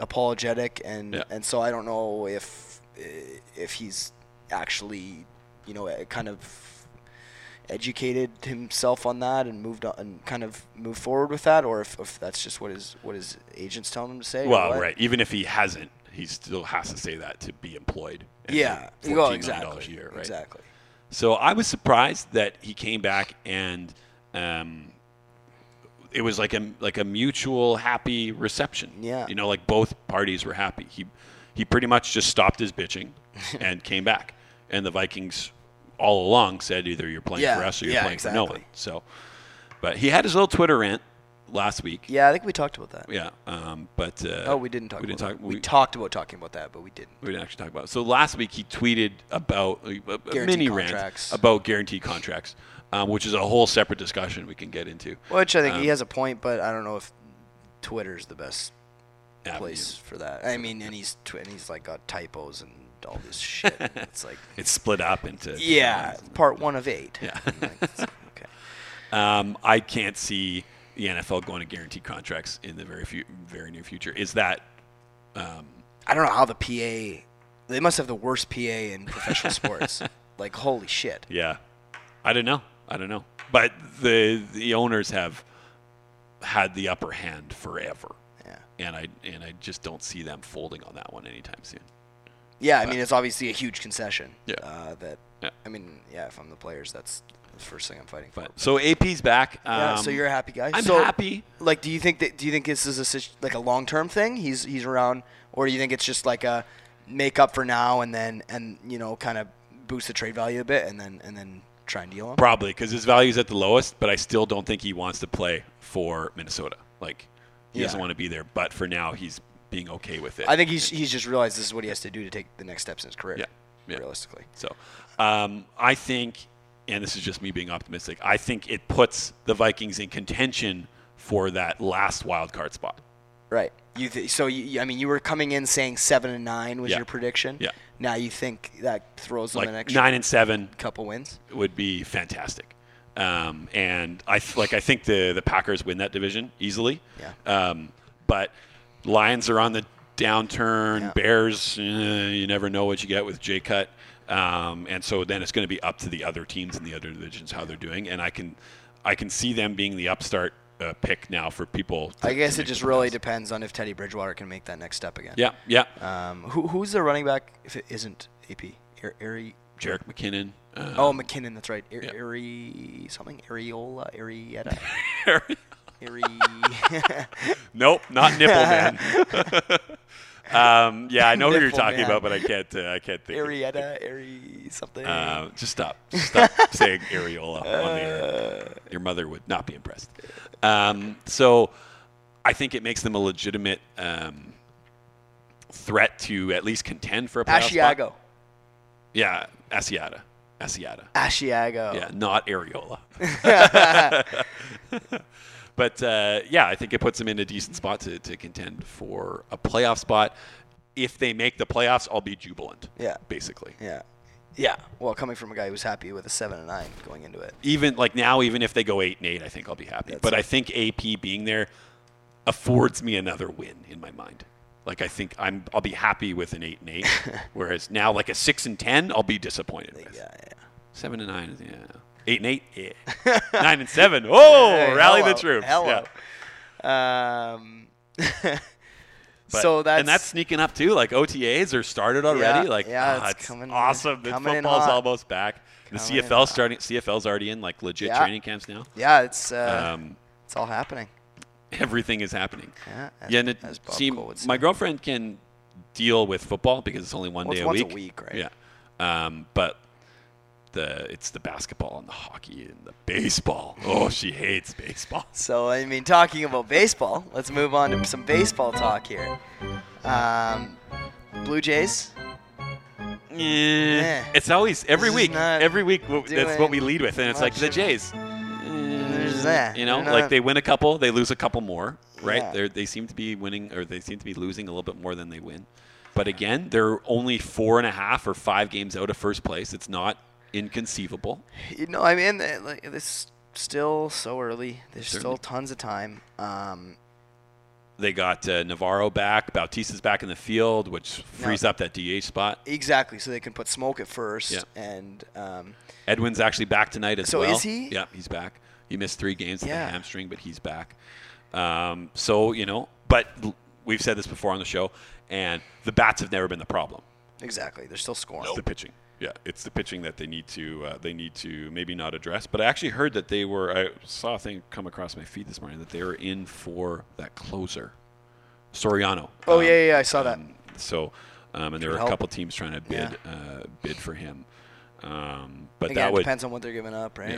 S2: apologetic, and
S1: Yeah.
S2: and so I don't know if eh, if he's actually, you know, eh, kind of educated himself on that and moved on and kind of moved forward with that, or if, if that's just what his what his agents telling him to say. or
S1: Well,
S2: what.
S1: right. Even if he hasn't, he still has to say that to be employed. and
S2: Yeah.
S1: make
S2: Well,
S1: $14 million
S2: exactly.
S1: a year, right?
S2: Exactly.
S1: So I was surprised that he came back and um, it was like a like a mutual happy reception.
S2: Yeah.
S1: You know, like both parties were happy. He he pretty much just stopped his
S2: [laughs]
S1: bitching and came back. And the Vikings all along said either you're playing
S2: Yeah,
S1: for us or you're
S2: yeah,
S1: playing for no
S2: exactly.
S1: one. So but he had his little Twitter rant last week.
S2: Yeah, I think we talked about that.
S1: Yeah. Um, but uh,
S2: Oh, we didn't talk
S1: we
S2: about
S1: didn't
S2: that.
S1: talk
S2: we,
S1: we-
S2: talked about talking about that, but we didn't.
S1: we didn't actually talk about. It. So last week he tweeted about uh, a- a, a
S2: Guaranteed
S1: mini
S2: contracts.
S1: rant about guaranteed contracts, um, which is a whole separate discussion we can get into.
S2: Which I think
S1: Um,
S2: he has a point, but I don't know if Twitter's the best
S1: Avenue.
S2: place for that. I mean, and he's tw- and he's like got typos and all
S1: [laughs]
S2: this shit. it's like
S1: It's split up into
S2: yeah, part one of eight.
S1: Yeah.
S2: [laughs] Like, it's- okay.
S1: Um, I can't see the NFL going to guaranteed contracts in the very few, very near future. Is that
S2: I don't know how the PA. They must have the worst PA in
S1: [laughs]
S2: professional sports. Like holy shit.
S1: yeah? I don't know. I don't know. But the the owners have had the upper hand forever,
S2: Yeah.
S1: and I and I just don't see them folding on that one anytime soon.
S2: Yeah, I mean it's obviously a huge concession.
S1: Yeah.
S2: Uh, that.
S1: Yeah.
S2: I mean, yeah. If I'm the players, that's the first thing I'm fighting for.
S1: But so AP's back. Um,
S2: Yeah, so you're a happy guy.
S1: I'm
S2: So,
S1: happy.
S2: Like, do you think that? Do you think this is a situ- like a long term thing? He's he's around, or do you think it's just like a make up for now and then, and you know, kind of boost the trade value a bit, and then and then try and deal him?
S1: Probably because his value is at the lowest, but I still don't think he wants to play for Minnesota. Like he
S2: Yeah.
S1: doesn't want to be there, but for now he's being okay with it.
S2: I think he's he's just realized this is what he has to do to take the next steps in his career.
S1: Yeah, yeah.
S2: Realistically.
S1: so. Um, I think, and this is just me being optimistic. I think it puts the Vikings in contention for that last wild card spot.
S2: Right. You th- so you, you- I mean you were coming in saying seven and nine was
S1: Yeah.
S2: your prediction.
S1: Yeah.
S2: Now you think that throws them
S1: Like
S2: an extra
S1: nine and seven
S2: couple wins.
S1: would be fantastic. Um, and I th- like I think the the Packers win that division easily.
S2: Yeah.
S1: Um, but Lions are on the downturn.
S2: Yeah.
S1: Bears, eh, you never know what you get with J Cut. Um, and so then it's going to be up to the other teams in the other divisions how they're doing. And I can, I can see them being the upstart uh, pick now for people. to-
S2: I guess
S1: to
S2: it
S1: make
S2: just
S1: the
S2: really
S1: playoffs.
S2: depends on if Teddy Bridgewater can make that next step again.
S1: Yeah, yeah.
S2: Um, who, who's the running back if it isn't AP? Ar- Ari.
S1: Jarek McKinnon. Uh, [laughs]
S2: Oh, McKinnon. That's right. Ar-
S1: yeah.
S2: Ari something.
S1: [laughs]
S2: Ariola. Arietta. Ari. [laughs]
S1: Nope, not nipple man. [laughs] um, yeah, I know who you're
S2: Nipple
S1: talking
S2: man.
S1: about, but I can't. Uh, I can't think. of-
S2: Arietta. Ari something.
S1: Uh, just stop. Just Stop [laughs] saying areola on the
S2: Uh.
S1: air. Your mother would not be impressed. Um, so, I think it makes them a legitimate um, threat to at least contend for a playoff spot.
S2: Asiago.
S1: Yeah, Asiata. Asiata.
S2: Asiago.
S1: Yeah, not areola. [laughs] but uh, yeah, I think it puts them in a decent spot to, to contend for a playoff spot. If they make the playoffs, I'll be jubilant.
S2: Yeah.
S1: Basically.
S2: Yeah. Yeah. Well, coming from a guy who's happy with a seven and nine going into it.
S1: Even like now, even if they go eight and eight, I think I'll be happy. but I think AP being there affords me another win in my mind. Like I think I'm, I'll be happy with an eight and eight. whereas now, like a six and ten, I'll be disappointed with.
S2: Yeah. Yeah.
S1: Seven and nine, yeah. Eight and eight, yeah. [laughs] Nine and seven, oh,
S2: Hey,
S1: rally
S2: hello,
S1: the troops.
S2: Hello.
S1: Yeah.
S2: Um, [laughs]
S1: But-
S2: so that's
S1: and that's sneaking up too. Like OTAs are started already.
S2: Yeah,
S1: like
S2: yeah,
S1: ah,
S2: it's
S1: it's
S2: coming-
S1: awesome. The
S2: coming in
S1: football's
S2: hot.
S1: almost back. The
S2: Coming in
S1: CFL
S2: hot.
S1: starting. CFL's already in like legit
S2: Yeah.
S1: training camps now.
S2: yeah. It's uh,
S1: Um, [laughs]
S2: it's all happening.
S1: everything is happening.
S2: Yeah. as-
S1: yeah, and it,
S2: as Bob
S1: see,
S2: Cole would say.
S1: my girlfriend can deal with football because it's only one
S2: Well,
S1: day
S2: it's
S1: a
S2: once a
S1: week.
S2: week, right?
S1: Yeah, um, but the it's the basketball and the hockey and the baseball. Oh, she hates baseball.
S2: So I mean, talking about baseball, let's move on to some baseball talk here. Um, Blue Jays.
S1: Yeah. It's always every
S2: This is
S1: week.
S2: not
S1: Every week w- that's what
S2: doing
S1: we lead with, and it's like
S2: much
S1: the
S2: of-
S1: Jays. Mm,
S2: There's that.
S1: You know,
S2: They're
S1: like
S2: not-
S1: they win a couple, they lose a couple more, right?
S2: Yeah.
S1: They're, they seem to be winning, or they seem to be losing a little bit more than they win. But again, they're only four and a half or five games out of first place. It's not inconceivable.
S2: You know, I mean, they- like it's still so early. There's still
S1: Certainly.
S2: tons of time. Um,
S1: They got uh, Navarro back, Bautista's back in the field, which frees up that DH spot.
S2: exactly. So they can put smoke at first,
S1: Yeah.
S2: and um,
S1: Edwin's actually back tonight as
S2: So
S1: well.
S2: is he?
S1: Yeah, he's back. He missed three games with
S2: Yeah.
S1: the hamstring, but he's back. Um, so you know, but l- we've said this before on the show, and the bats have never been the problem.
S2: exactly. They're still scoring.
S1: It's the pitching. Yeah, it's the pitching that they need to uh, they need to maybe not address. But I actually heard that they were. I saw a thing come across my feed this morning that they were in for that closer, Soriano.
S2: Oh
S1: Um,
S2: yeah, yeah, yeah, I saw that.
S1: um, so, um, and there were a
S2: help.
S1: couple teams trying to bid
S2: Yeah.
S1: uh, bid for him. Um, but
S2: Again,
S1: that
S2: it
S1: would
S2: depends on what they're giving up, right?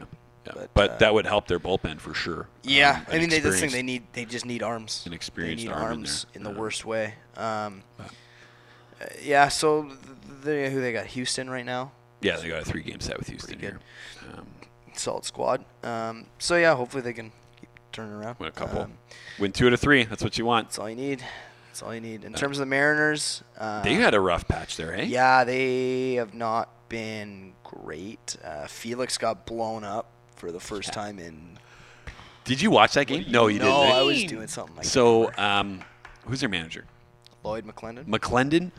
S1: yeah, yeah. But,
S2: uh,
S1: that would help their bullpen for sure.
S2: yeah,
S1: Um,
S2: I
S1: an
S2: mean, they just think
S1: experienced-
S2: they need they just need arms.
S1: an experienced
S2: they need
S1: arm in
S2: arms
S1: there,
S2: in, the
S1: yeah.
S2: worst way. Um, uh, yeah, so th- they, who they got? Houston right now,
S1: Yeah, they got a three game set with Houston
S2: Pretty
S1: here.
S2: good.
S1: Um,
S2: solid squad. Um, so yeah, hopefully they can keep turning around.
S1: win a couple,
S2: Um,
S1: win two out of three. That's what you want.
S2: that's all you need. That's all you need. In terms of the Mariners, uh,
S1: Uh, They had a rough patch there, eh?
S2: yeah, they have not been great. Uh, Felix got blown up for the first time in.
S1: Did you watch that game? No, you
S2: no,
S1: didn't. eh?
S2: I was doing something like
S1: So, um, who's their manager?
S2: Lloyd McClendon.
S1: McClendon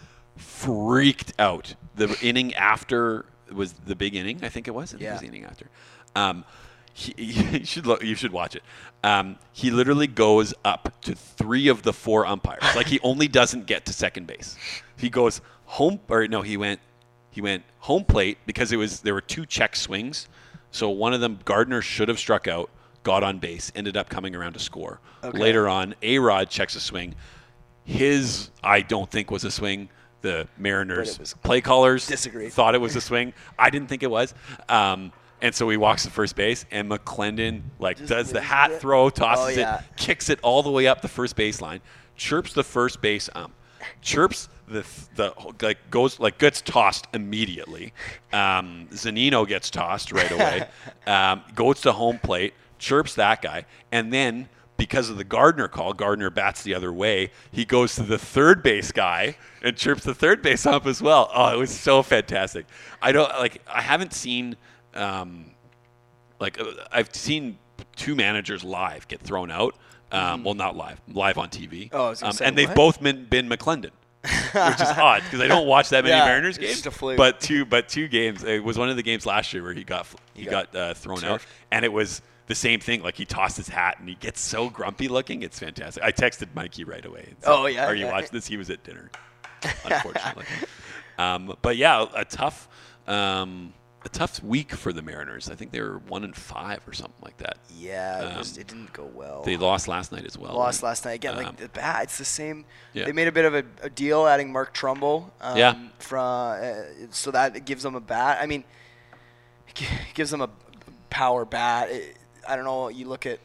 S1: freaked out. The inning after was the big inning, I think it was. I think it
S2: Yeah.
S1: was the inning after. Um, he, [laughs] you should look. You should watch it. Um, he literally goes up to three of the four umpires. Like he only doesn't get to second base. He goes home, or no, he went. He went home plate because it was there were two check swings, so one of them Gardner should have struck out, got on base, ended up coming around to score. Later on, A Rod checks a swing, his I don't think was a swing. The
S2: But
S1: Mariners
S2: it was-
S1: play callers
S2: Disagreed.
S1: thought it was a swing. I didn't think it was. Um, and so he walks to first base, and McClendon like does the
S2: loses
S1: hat
S2: it.
S1: throw, tosses
S2: Oh, yeah.
S1: it, kicks it all the way up the first baseline, chirps the first base ump, chirps the the like goes like gets tossed immediately. Um, Zanino gets tossed
S2: [laughs]
S1: right away, um, goes to home plate, chirps that guy, and then because of the Gardner call, Gardner bats the other way. He goes to the third base guy and chirps the third base ump as well. Oh, it was so fantastic. I don't like I haven't seen. Um, like uh, I've seen two managers live get thrown out. Um, Well, not live, live on TV.
S2: Mm-hmm. Oh, I was gonna say,
S1: and they've
S2: what?
S1: both been, been McClendon, which is odd because I don't watch that many
S2: Yeah,
S1: Mariners
S2: it's
S1: games.
S2: just a fluke.
S1: But two, but two games. It was one of the games last year where he got fl- he
S2: got
S1: got, uh, thrown out,
S2: served.
S1: and it was the same thing. Like he tossed his hat and he gets so grumpy looking. It's fantastic. I texted Mikey right away. and said,
S2: Oh, yeah,
S1: Are you
S2: yeah. [laughs]
S1: watching this? He was at dinner, unfortunately. um, but yeah, a tough. Um, a tough week for the Mariners. I think they were one and five or something like that.
S2: Yeah, it,
S1: Um,
S2: was, it didn't go well.
S1: They lost last night as well.
S2: lost last night again.
S1: Um,
S2: like the bat, it's the same.
S1: Yeah.
S2: They made a bit of a, a deal adding Mark Trumbull. Um,
S1: Yeah.
S2: From uh, so that gives them a bat. I mean, it gi- gives them a power bat. It, I don't know. You look at,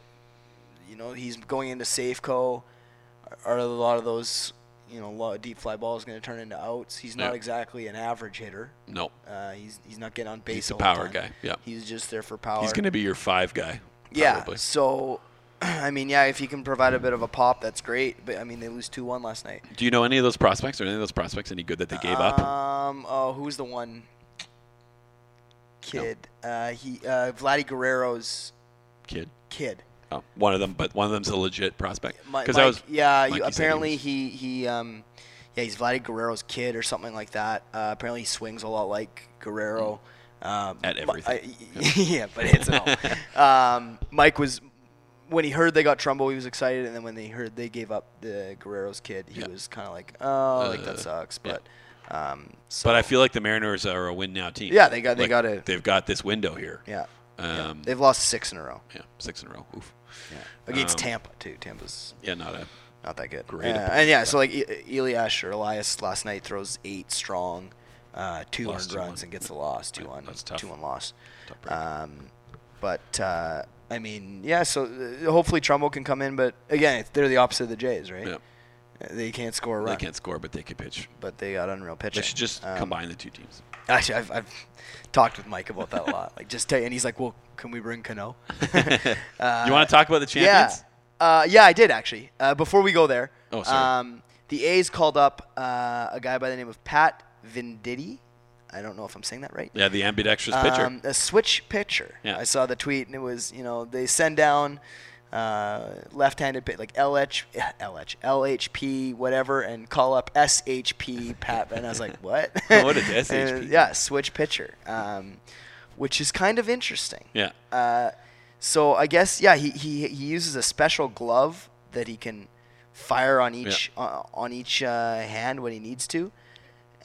S2: you know, he's going into Safeco. Are a lot of those, you know, lo- deep fly balls going to turn into outs? He's not
S1: Yeah.
S2: exactly an average hitter.
S1: No,
S2: Uh, he's he's not getting on base.
S1: a
S2: all the
S1: power
S2: time.
S1: guy, yeah.
S2: He's just there for power.
S1: he's going to be your five guy.
S2: Yeah.
S1: probably.
S2: So, [clears throat] I mean, yeah, if he can provide a bit of a pop, that's great. But I mean, they lose two one last night.
S1: Do you know any of those prospects? Are any of those prospects any good that they gave up?
S2: Um. Oh, who's the one? Kid. Uh. He. Uh. Vladdy Guerrero's
S1: Kid.
S2: kid.
S1: Oh, one of them, but one of them's a legit prospect.
S2: Mi-
S1: Because
S2: Mike-
S1: I was
S2: Yeah.
S1: Mikey said
S2: You,
S1: he
S2: apparently
S1: was-
S2: he he um. Yeah, he's Vladdy Guerrero's kid or something like that. Uh, apparently, he swings a lot like Guerrero.
S1: Mm.
S2: Um,
S1: At
S2: Mi-
S1: everything.
S2: I- [laughs] yeah, but it's an
S1: [laughs]
S2: all. Um, Mike was when he heard they got Trumbull, he was excited, and then when they heard they gave up the Guerrero's kid, he
S1: Yeah.
S2: was kind of like, "Oh, like
S1: Uh,
S2: that sucks."
S1: yeah.
S2: But, um, so,
S1: but I feel like the Mariners are a win now team.
S2: Yeah, they got- they
S1: Like,
S2: gotta-
S1: They've got this window here.
S2: yeah, yeah.
S1: Um, yeah,
S2: they've lost six in a row
S1: six in a row. Oof.
S2: yeah. against
S1: Um,
S2: Tampa too. Tampa's
S1: Yeah, not a.
S2: not that good.
S1: Great
S2: Uh,
S1: opponent,
S2: and yeah, so like E- Elias or Elias last night throws eight strong, uh, two
S1: Lost
S2: earned runs
S1: 2-1.
S2: and gets the loss, two
S1: Yeah,
S2: one,
S1: that's tough.
S2: two one loss.
S1: Tough break.
S2: Um, but uh, I mean, yeah, so uh, hopefully Trumbull can come in, but again, it's- they're the opposite of the Jays, right?
S1: Yeah.
S2: Uh, They can't score a run,
S1: They can't score, but they can pitch.
S2: but they got unreal pitching.
S1: They should just
S2: Um,
S1: combine the two teams.
S2: [laughs] Actually, I've, I've talked with Mike about that a lot. Like, just tell, and he's like, "Well, can we
S1: [laughs]
S2: bring Cano?" [laughs]
S1: you want to talk about the champions?
S2: Uh, Yeah, uh, yeah, I did actually. Uh, before we go there,
S1: Oh, sorry.
S2: Um, the A's called up uh, a guy by the name of Pat Venditti. I don't know if I'm saying that right.
S1: Yeah, the ambidextrous pitcher.
S2: Um, a switch pitcher.
S1: Yeah.
S2: I saw the tweet, and it was you know they send down uh, left-handed pit like LH, LH, LHP, whatever, and call up SHP Pat. And I was like,
S1: [laughs]
S2: what?
S1: What
S2: [laughs]
S1: is
S2: And,
S1: SHP?
S2: yeah, switch pitcher, um, which is kind of interesting.
S1: yeah.
S2: Uh, so I guess yeah, he, he he uses a special glove that he can fire on each uh, on each uh, hand when he needs to.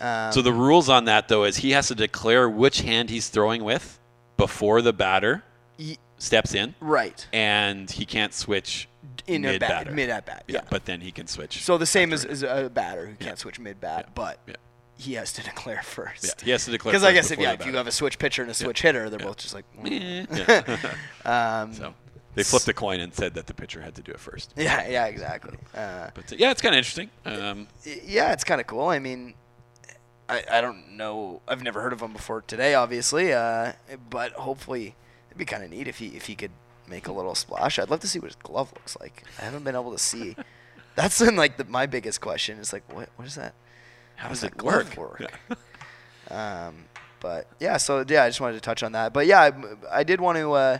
S2: Um,
S1: So the rules on that though is he has to declare which hand he's throwing with before the batter
S2: y-
S1: steps in,
S2: right
S1: and he can't switch
S2: in
S1: mid
S2: a bat,
S1: batter.
S2: mid at bat. Yeah.
S1: but then he can switch.
S2: so the same as,
S1: after.
S2: as a batter who can't switch mid bat, but
S1: yeah.
S2: he has to [laughs] declare first.
S1: Yeah, he has to declare
S2: Because I
S1: first
S2: guess if
S1: before
S2: yeah,
S1: the
S2: if you
S1: batter. Eh,
S2: have a switch pitcher and a switch hitter, they're both just like. mm.
S1: Yeah. [laughs]
S2: Um,
S1: so they flipped a coin and said that the pitcher had to do it first.
S2: [laughs] Yeah, yeah, exactly. Uh,
S1: But uh, yeah, it's kind of interesting. Um,
S2: y- yeah, it's kind of cool. I mean, I, I don't know. I've never heard of him before today, obviously. Uh, but hopefully, it'd be kind of neat if he if he could make a little splash. I'd love to see what his glove looks like. I haven't been able to
S1: [laughs]
S2: see. That's been like the, my biggest question. Is like, what what is that?
S1: how does
S2: does
S1: it
S2: that glove
S1: work?
S2: work?
S1: Yeah.
S2: [laughs] Um, but yeah, so yeah, I just wanted to touch on that. But yeah, I, I did want to uh,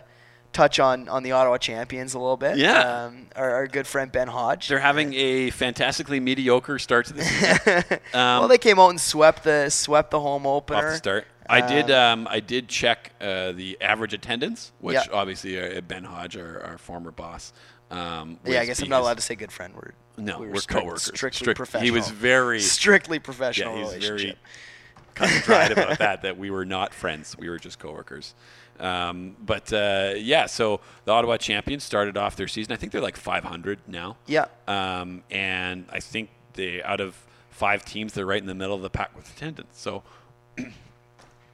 S2: touch on on the Ottawa champions a little bit.
S1: Yeah.
S2: Um, our, our good friend Ben Hodge.
S1: They're having a fantastically mediocre start to the season. Um,
S2: [laughs] well, they came out and swept the swept the home
S1: off
S2: opener.
S1: the start. I
S2: uh,
S1: did. Um, I did check uh, the average attendance, which
S2: Yeah.
S1: obviously uh, Ben Hodge, our, our former boss. Um,
S2: Yeah, I
S1: was
S2: guess I'm not
S1: because-
S2: allowed to say good friend word.
S1: No,
S2: We
S1: we
S2: were
S1: are
S2: strict-
S1: coworkers.
S2: Strictly
S1: Strict-
S2: professional.
S1: He was very
S2: [laughs] strictly professional.
S1: yeah, he's
S2: relationship.
S1: [laughs] very cut and dried
S2: [laughs]
S1: about that. That we were not friends. We were just coworkers. Um, but uh, yeah, so the Ottawa champions started off their season. I think they're like 500 now.
S2: Yeah.
S1: Um, and I think they out of five teams, they're right in the middle of the pack with attendance. So. [clears throat]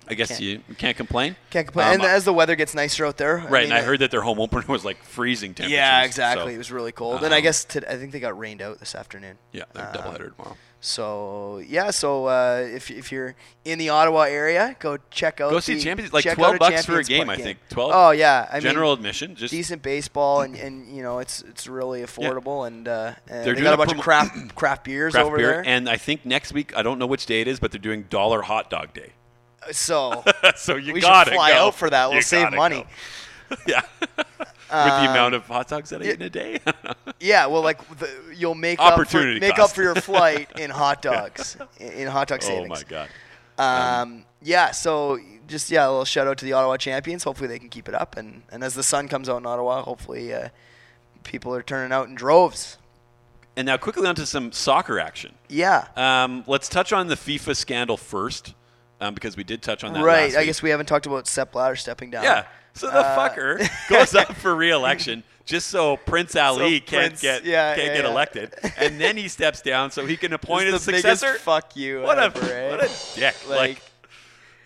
S1: I guess
S2: Can't-
S1: you, you can't complain.
S2: Can't complain.
S1: Um,
S2: and as the weather gets nicer out there,
S1: Right, and I heard that their home opener was like freezing temperatures.
S2: Yeah, exactly.
S1: so-
S2: it was really cold. and I
S1: um,
S2: guess today, I think they got rained out this afternoon.
S1: yeah, they're
S2: Um,
S1: doubleheader tomorrow.
S2: So yeah, so uh, if if you're in the Ottawa area, go check out
S1: Go see
S2: the,
S1: Champions- like
S2: check
S1: 12
S2: out a
S1: bucks for a
S2: Champions
S1: game,
S2: Play
S1: I think. 12
S2: Oh yeah, I
S1: General
S2: mean,
S1: admission, just
S2: decent baseball and, and you know it's it's really affordable and, uh, and they
S1: doing
S2: got
S1: a
S2: a bunch of
S1: promo- [clears throat]
S2: craft craft beers
S1: craft
S2: over
S1: beer.
S2: there.
S1: And I think next week, I don't know which day it is, but they're doing Dollar Hot Dog Day. [laughs]
S2: so
S1: so you
S2: we
S1: [laughs]
S2: should
S1: gotta
S2: fly
S1: go.
S2: out for that. We'll
S1: You
S2: save
S1: gotta
S2: money. Um,
S1: go. [laughs] yeah. With the amount of hot dogs that I eat in a
S2: [laughs]
S1: day.
S2: [laughs]
S1: [laughs] Oh
S2: Yeah, well, like the, you'll make
S1: Opportunity
S2: up for, make up
S1: cost.
S2: for
S1: [laughs]
S2: your flight in hot dogs, in in hot dog
S1: oh
S2: savings.
S1: my god.
S2: Um, yeah, so just yeah, a little shout out to the Ottawa champions. Hopefully they can keep it up, and, and as the sun comes out in Ottawa, hopefully uh, people are turning out in droves.
S1: And now quickly onto some soccer action.
S2: Yeah,
S1: Um, let's touch on the FIFA scandal first, um, because we did touch on that.
S2: right.
S1: last
S2: I
S1: week.
S2: guess we haven't talked about Sepp Blatter stepping down.
S1: Yeah. So the
S2: Uh,
S1: fucker
S2: [laughs]
S1: goes up for re-election just so Prince Ali can't
S2: Prince-
S1: get
S2: yeah,
S1: can't
S2: yeah,
S1: get
S2: yeah.
S1: elected, and then he steps down so he can appoint
S2: It's
S1: his
S2: the
S1: successor.
S2: Biggest fuck you.
S1: what a
S2: ever, eh?
S1: what a dick! Like,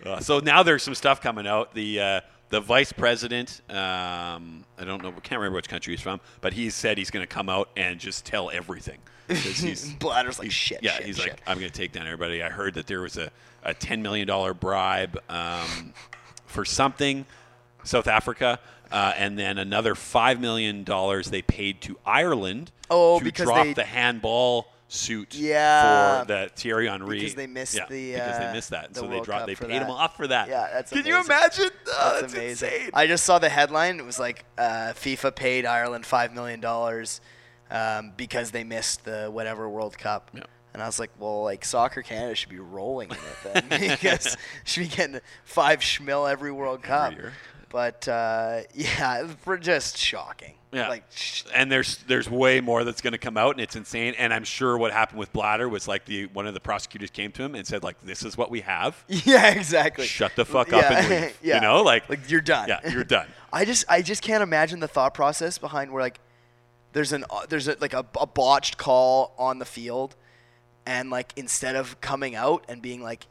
S1: uh, so now there's some stuff coming out. The uh, the vice president, um, I don't know, can't remember which country he's from, but he said he's going to come out and just tell everything. 'Cause
S2: [laughs]
S1: he's-
S2: Blatter's like
S1: he's-
S2: shit.
S1: Yeah,
S2: shit,
S1: he's
S2: shit.
S1: like, I'm going to take down everybody. I heard that there was a, a $10 million bribe um, for something, South Africa, uh, and then another $5 million they paid to Ireland
S2: Oh,
S1: to
S2: because
S1: drop
S2: they-
S1: the handball suit
S2: Yeah.
S1: for the Thierry Henry.
S2: Because they missed
S1: yeah,
S2: the,
S1: Because
S2: uh,
S1: they missed that. And
S2: the
S1: so they
S2: World
S1: dropped,
S2: Cup
S1: they
S2: for
S1: paid
S2: that.
S1: them off for that.
S2: Yeah, that's
S1: Can you
S2: amazing.
S1: imagine? Oh,
S2: That's
S1: that's,
S2: amazing.
S1: insane.
S2: I just saw the headline. It was like uh, FIFA paid Ireland five million dollars um, because they missed the whatever World Cup.
S1: Yeah.
S2: And I was like, well, like soccer Canada should be rolling in it then [laughs] because should be getting five schmil every World Cup.
S1: year.
S2: But uh, yeah, [laughs] we're just shocking.
S1: Yeah.
S2: Like, sh- [laughs]
S1: and there's there's way more that's going to come out, and it's insane. And I'm sure what happened with Blatter was like the one of the prosecutors came to him and said like, "This is what we have.
S2: yeah, exactly.
S1: Shut the fuck up and
S2: Yeah,
S1: leave."
S2: [laughs] yeah.
S1: You know, like,
S2: Like, you're done.
S1: Yeah,
S2: [laughs]
S1: you're done. [laughs]
S2: I just I just can't imagine the thought process behind where like there's an uh, there's a, like a, a botched call on the field, and like instead of coming out and being like,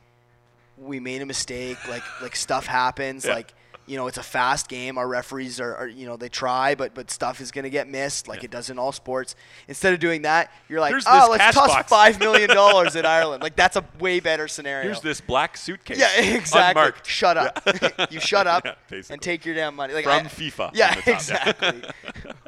S2: we made a mistake,
S1: [laughs]
S2: like like stuff happens,
S1: Yeah.
S2: like you know it's a fast game. Our referees are, are you know they try, but but stuff is gonna get missed, like it does in all sports. Instead of doing that, you're like,
S1: Here's
S2: oh,
S1: this
S2: let's
S1: cash
S2: toss
S1: box."
S2: five
S1: [laughs]
S2: million dollars in Ireland. Like that's a way better scenario.
S1: Here's this black suitcase.
S2: Yeah,
S1: [laughs]
S2: exactly.
S1: Unmarked.
S2: Shut up. [laughs] you shut
S1: [laughs]
S2: up
S1: Yeah,
S2: and
S1: basically.
S2: take your damn money. Like,
S1: From
S2: I-
S1: FIFA
S2: Yeah,
S1: on the top, yeah.
S2: exactly.
S1: [laughs]
S2: [laughs]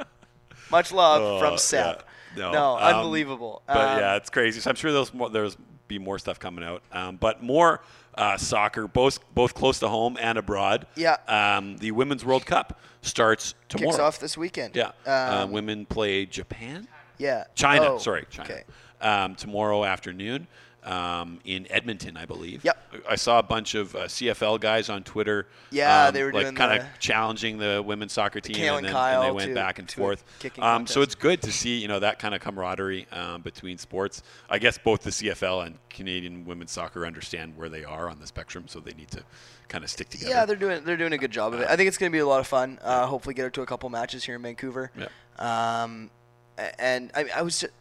S2: Much love
S1: Oh,
S2: from Seb.
S1: yeah. No, um,
S2: unbelievable.
S1: But
S2: Um,
S1: yeah, it's crazy. So I'm sure there's more, there's be more stuff coming out. Um, but more uh, soccer, both both close to home and abroad.
S2: Yeah.
S1: Um, the Women's World Cup starts tomorrow.
S2: kicks off this weekend.
S1: Yeah. uh,
S2: Um,
S1: women play Japan.
S2: yeah.
S1: China,
S2: Oh,
S1: sorry, China.
S2: Okay.
S1: Um, tomorrow afternoon um, in Edmonton, I believe.
S2: Yep.
S1: I saw a bunch of uh, CFL guys on Twitter.
S2: Yeah,
S1: um,
S2: they were
S1: like
S2: doing
S1: kind
S2: the-
S1: of challenging the women's soccer team,
S2: Kale and
S1: then,
S2: Kyle
S1: they went
S2: to-
S1: back and
S2: to a
S1: forth.
S2: kicking
S1: Um, so
S2: contest.
S1: it's good to see you know that kind of camaraderie um, between sports. I guess both the CFL and Canadian women's soccer understand where they are on the spectrum, so they need to kind of stick together.
S2: Yeah, they're doing they're doing a good job of it. I think it's going to be a lot of fun. Uh, hopefully, get her to a couple matches here in Vancouver.
S1: Yeah.
S2: Um, a- and I, I was just,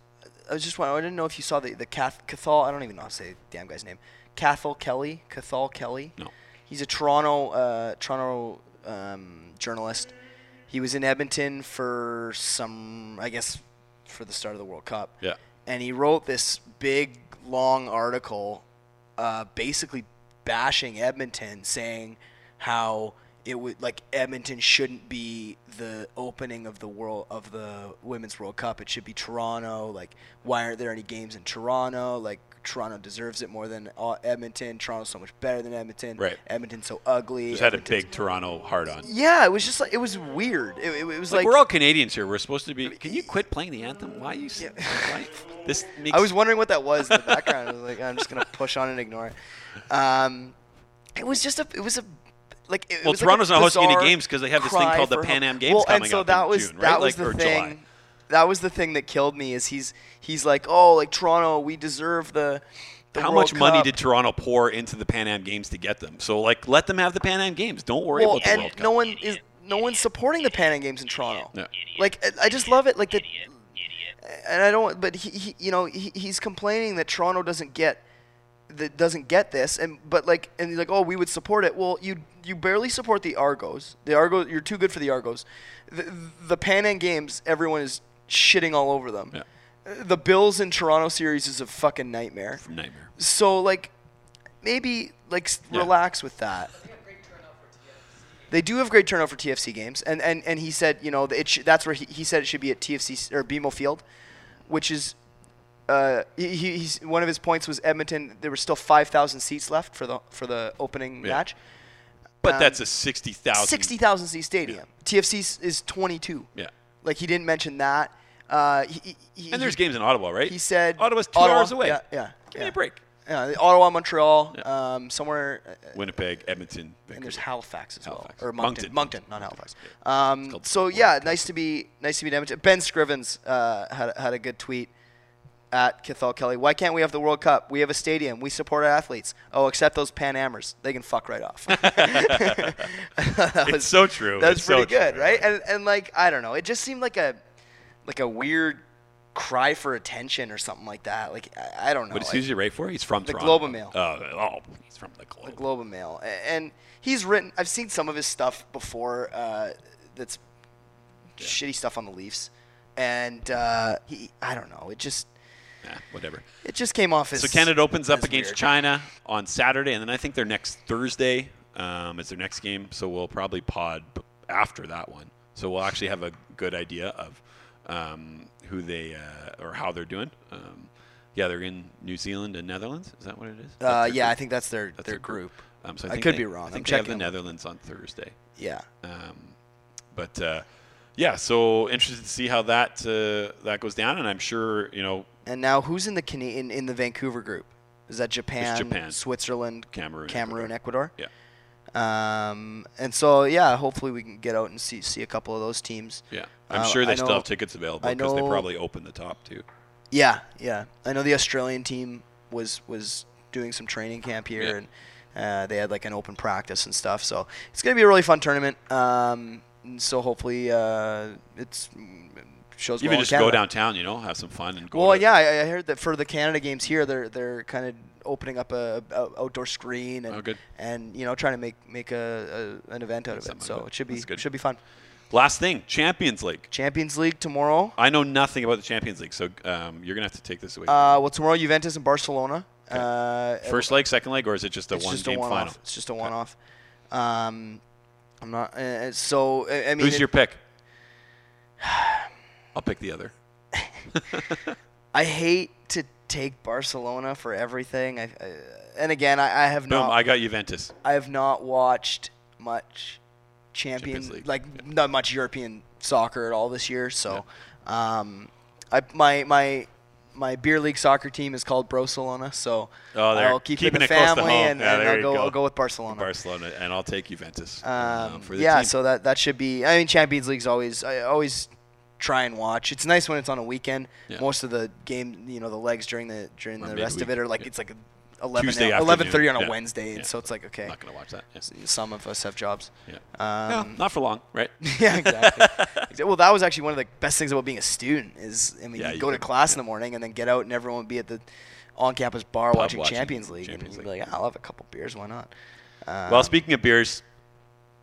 S2: I was just wondering. I didn't know if you saw the the Cath Cathal. I don't even know how to say the damn guy's name. Cathal Kelly. Cathal Kelly.
S1: No.
S2: He's a Toronto uh, Toronto um, journalist. He was in Edmonton for some, I guess, for the start of the World Cup.
S1: Yeah.
S2: And he wrote this big long article, uh, basically bashing Edmonton, saying how it would like Edmonton shouldn't be the opening of the world of the Women's World Cup. It should be Toronto. Like, why aren't there any games in Toronto? Like. Toronto deserves it more than uh, Edmonton. Toronto's so much better than Edmonton.
S1: Right.
S2: Edmonton's so ugly.
S1: Just had a
S2: Edmonton's-
S1: big Toronto hard on.
S2: Yeah, it was just like it was weird. It, it, it was like,
S1: we're all Canadians here. We're supposed to be. Can you quit playing the anthem? Why are you? s- Why, this makes
S2: [laughs] I was wondering what that was in the background. I was like, I'm just
S1: [laughs]
S2: gonna push on and ignore it. Um, it was just a. It was a. Like it, it
S1: Well,
S2: was
S1: Toronto's
S2: like a
S1: not hosting any
S2: bizarre
S1: games 'cause they have this thing
S2: cry
S1: called the
S2: for
S1: Pan
S2: help.
S1: Am Games
S2: well, and
S1: coming
S2: so
S1: up
S2: that
S1: in
S2: was
S1: June,
S2: that
S1: right?
S2: was
S1: Like,
S2: the
S1: or
S2: thing.
S1: July.
S2: That was the thing that killed me. Is he's he's like, oh, like Toronto, we deserve the. the
S1: How
S2: World
S1: much money
S2: Cup."
S1: did Toronto pour into the Pan Am Games to get them? So like, let them have the Pan Am Games. Don't worry
S2: well,
S1: about the
S2: and
S1: World Cup.
S2: no one is no one's supporting the Pan Am Games in Toronto.
S1: Yeah.
S2: Like I- I just love it. Like that. And I don't. But he, he you know, he, he's complaining that Toronto doesn't get that doesn't get this, and but like, and he's like, oh, we would support it. Well, you you barely support the Argos. The Argos, you're too good for the Argos. The, the Pan Am Games, everyone is shitting all over them.
S1: Yeah.
S2: Uh, The Bills in Toronto series is a fucking nightmare.
S1: Nightmare.
S2: So like, maybe like s
S1: Yeah.
S2: relax with that. They do have great turnout for TFC games, and and, and he said you know it sh- that's where he, he said it should be at TFC s- or BMO Field, which is. Uh, he, he- he's, one of his points was Edmonton. There were still 5,000 seats left for the for the opening
S1: Yeah.
S2: match.
S1: But that's a 60,000.
S2: Um, sixty thousand seat stadium. TFC is- is twenty two.
S1: Yeah.
S2: Like he didn't mention that. Uh, he, he,
S1: And there's
S2: he,
S1: games in Ottawa, right?
S2: he said
S1: Ottawa's two
S2: Ottawa,
S1: hours away.
S2: Yeah, yeah.
S1: Give
S2: yeah.
S1: me a break.
S2: Yeah, Ottawa, Montreal, um, somewhere, uh,
S1: Winnipeg, Edmonton,
S2: and
S1: Vancouver.
S2: there's Halifax as
S1: Halifax.
S2: well, or Moncton.
S1: Moncton.
S2: Moncton, not Halifax. Um,
S1: called [laughs]
S2: so yeah, nice to be nice to be damaged. Ben Scrivens uh, had a- had a good tweet at Kithal Kelly. Why can't we have the World Cup? We have a stadium. We support our athletes. Oh, except those Pan Amers. They can fuck
S1: [laughs]
S2: right off. that
S1: It's so true.
S2: That's
S1: It's so
S2: pretty good,
S1: true.
S2: right? And and like I don't know, it just seemed like a like a weird cry for attention or something like that. Like I, I don't know.
S1: What is
S2: Like-
S1: he right for? He's from
S2: The
S1: Toronto.
S2: Globe and Mail.
S1: Oh, oh, he's from the Globe.
S2: the Globe and Mail, A- and he's written. I've seen some of his stuff before. Uh, that's shitty stuff on the Leafs, and uh, he. I don't know. It just
S1: Nah, whatever.
S2: it just came off as. uh,
S1: So Canada opens up
S2: it's
S1: against
S2: weird.
S1: China on Saturday, and then I think their next Thursday um, is their next game. So we'll probably pod b- after that one. So we'll actually have a good idea of um, who they uh, or how they're doing. Um, yeah, they're in New Zealand and Netherlands. Is that what it is? That's
S2: Uh,
S1: their
S2: yeah,
S1: group?
S2: I think that's their
S1: That's
S2: their, group.
S1: Um, so
S2: I
S1: think
S2: could
S1: they-
S2: be wrong.
S1: I think
S2: I'm
S1: they have the
S2: checking.
S1: Netherlands on Thursday.
S2: Yeah.
S1: Um, but uh, yeah, so interested to see how that uh, that goes down, and I'm sure you know
S2: And now who's in the Cana- in, in the Vancouver group? Is that Japan,
S1: Japan.
S2: Switzerland,
S1: Cameroon,
S2: Cameroon, Ecuador?
S1: yeah,
S2: Um, and so yeah, hopefully we can get out and see see a couple of those teams.
S1: yeah. I'm
S2: Uh,
S1: sure they
S2: I
S1: still
S2: know-
S1: have tickets available
S2: I
S1: because they
S2: know-
S1: probably open the top two.
S2: Yeah, yeah. I know the Australian team was was doing some training camp here,
S1: Yeah.
S2: and uh, they had like an open practice and stuff. So it's gonna be a really fun tournament. Um, and so hopefully uh, it's shows. well
S1: Even
S2: in
S1: just
S2: Canada.
S1: go downtown, you know, have some fun and go.
S2: Well,
S1: to-
S2: yeah, I, I heard that for the Canada games here, they're they're kind of opening up a, a outdoor screen and
S1: Oh, good.
S2: and you know trying to make make a, a an event out of it.
S1: Something
S2: So
S1: good.
S2: it should be
S1: That's good.
S2: should be fun.
S1: Last thing, Champions League.
S2: Champions League tomorrow.
S1: I know nothing about the Champions League, so um, you're gonna have to take this away.
S2: Uh, well, tomorrow Juventus and Barcelona. Uh,
S1: First leg, second leg, or is it just a
S2: it's
S1: one
S2: just
S1: game
S2: a one
S1: final?
S2: off. It's just a one off. Um, I'm not. Uh, uh, so I, I mean,
S1: Who's
S2: it-
S1: your
S2: [sighs]
S1: pick? I'll pick the other.
S2: I hate to take Barcelona for everything. I, I, and again, I, I have
S1: Boom!
S2: not.
S1: I got Juventus.
S2: I have not watched much champion
S1: Champions League,
S2: like not much European soccer at all this year. So, um, I my my my beer league soccer team is called Barcelona. So
S1: Oh, they're
S2: I'll keep
S1: keeping it
S2: it in the
S1: close to
S2: family,
S1: home.
S2: and,
S1: Yeah,
S2: and
S1: there
S2: I'll
S1: you
S2: go,
S1: go.
S2: I'll go with Barcelona.
S1: Barcelona, and I'll take Juventus
S2: Um,
S1: um, for the
S2: yeah,
S1: team.
S2: so that that should be. I mean, Champions League's always. I always try and watch. It's nice when it's on a weekend.
S1: Yeah.
S2: Most of the game, you know, the legs during the during
S1: Or
S2: the rest of
S1: midweek,
S2: it are like
S1: yeah.
S2: it's like 11
S1: Tuesday afternoon,
S2: eleven thirty on a
S1: yeah.
S2: Wednesday, and
S1: Yeah.
S2: so it's like okay.
S1: not gonna watch that. Yeah.
S2: Some of us have jobs. [laughs]
S1: Yeah. No,
S2: Um,
S1: not for long,
S2: [laughs]
S1: right?
S2: yeah, exactly.
S1: [laughs]
S2: Exa- Well, that was actually one of the best things about being a student is I mean,
S1: Yeah,
S2: you
S1: you
S2: go to
S1: could-
S2: class in the morning and then get out and everyone would be at the on-campus bar
S1: Pub
S2: watching,
S1: watching
S2: Champions League,
S1: Champions
S2: and you'd be
S1: League.
S2: like, "Ah, I'll have a couple beers, why not?
S1: well, speaking of beers,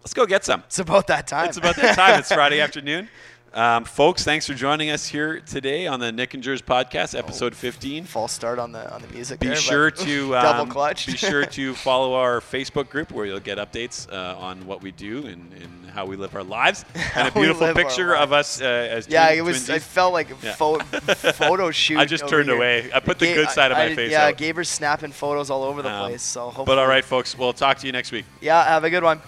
S1: let's go get some.
S2: It's about that time.
S1: It's about that time. It's Friday afternoon. Um, folks, thanks for joining us here today on the Nick and Jers
S2: Oh,
S1: podcast, episode 15.
S2: false start on the on the music.
S1: Be
S2: there, but
S1: sure
S2: [laughs]
S1: to
S2: double
S1: um,
S2: clutch.
S1: Be
S2: [laughs]
S1: sure to follow our Facebook group where you'll get updates uh, on what we do and, and how we live our
S2: [laughs]
S1: lives. And a
S2: How we
S1: beautiful
S2: live our
S1: picture of us uh, as
S2: yeah,
S1: twin-
S2: it was. I
S1: twinsies.
S2: felt like a
S1: Yeah. [laughs]
S2: pho- photo shoot.
S1: I just
S2: over
S1: turned
S2: here.
S1: away. I put the
S2: Ga-
S1: good side of
S2: I-
S1: my
S2: I-
S1: face
S2: Yeah,
S1: out.
S2: Gaber's snapping photos all over the
S1: Um,
S2: place. So hopefully,
S1: but all right, folks, we'll talk to you next week.
S2: Yeah, have a good one.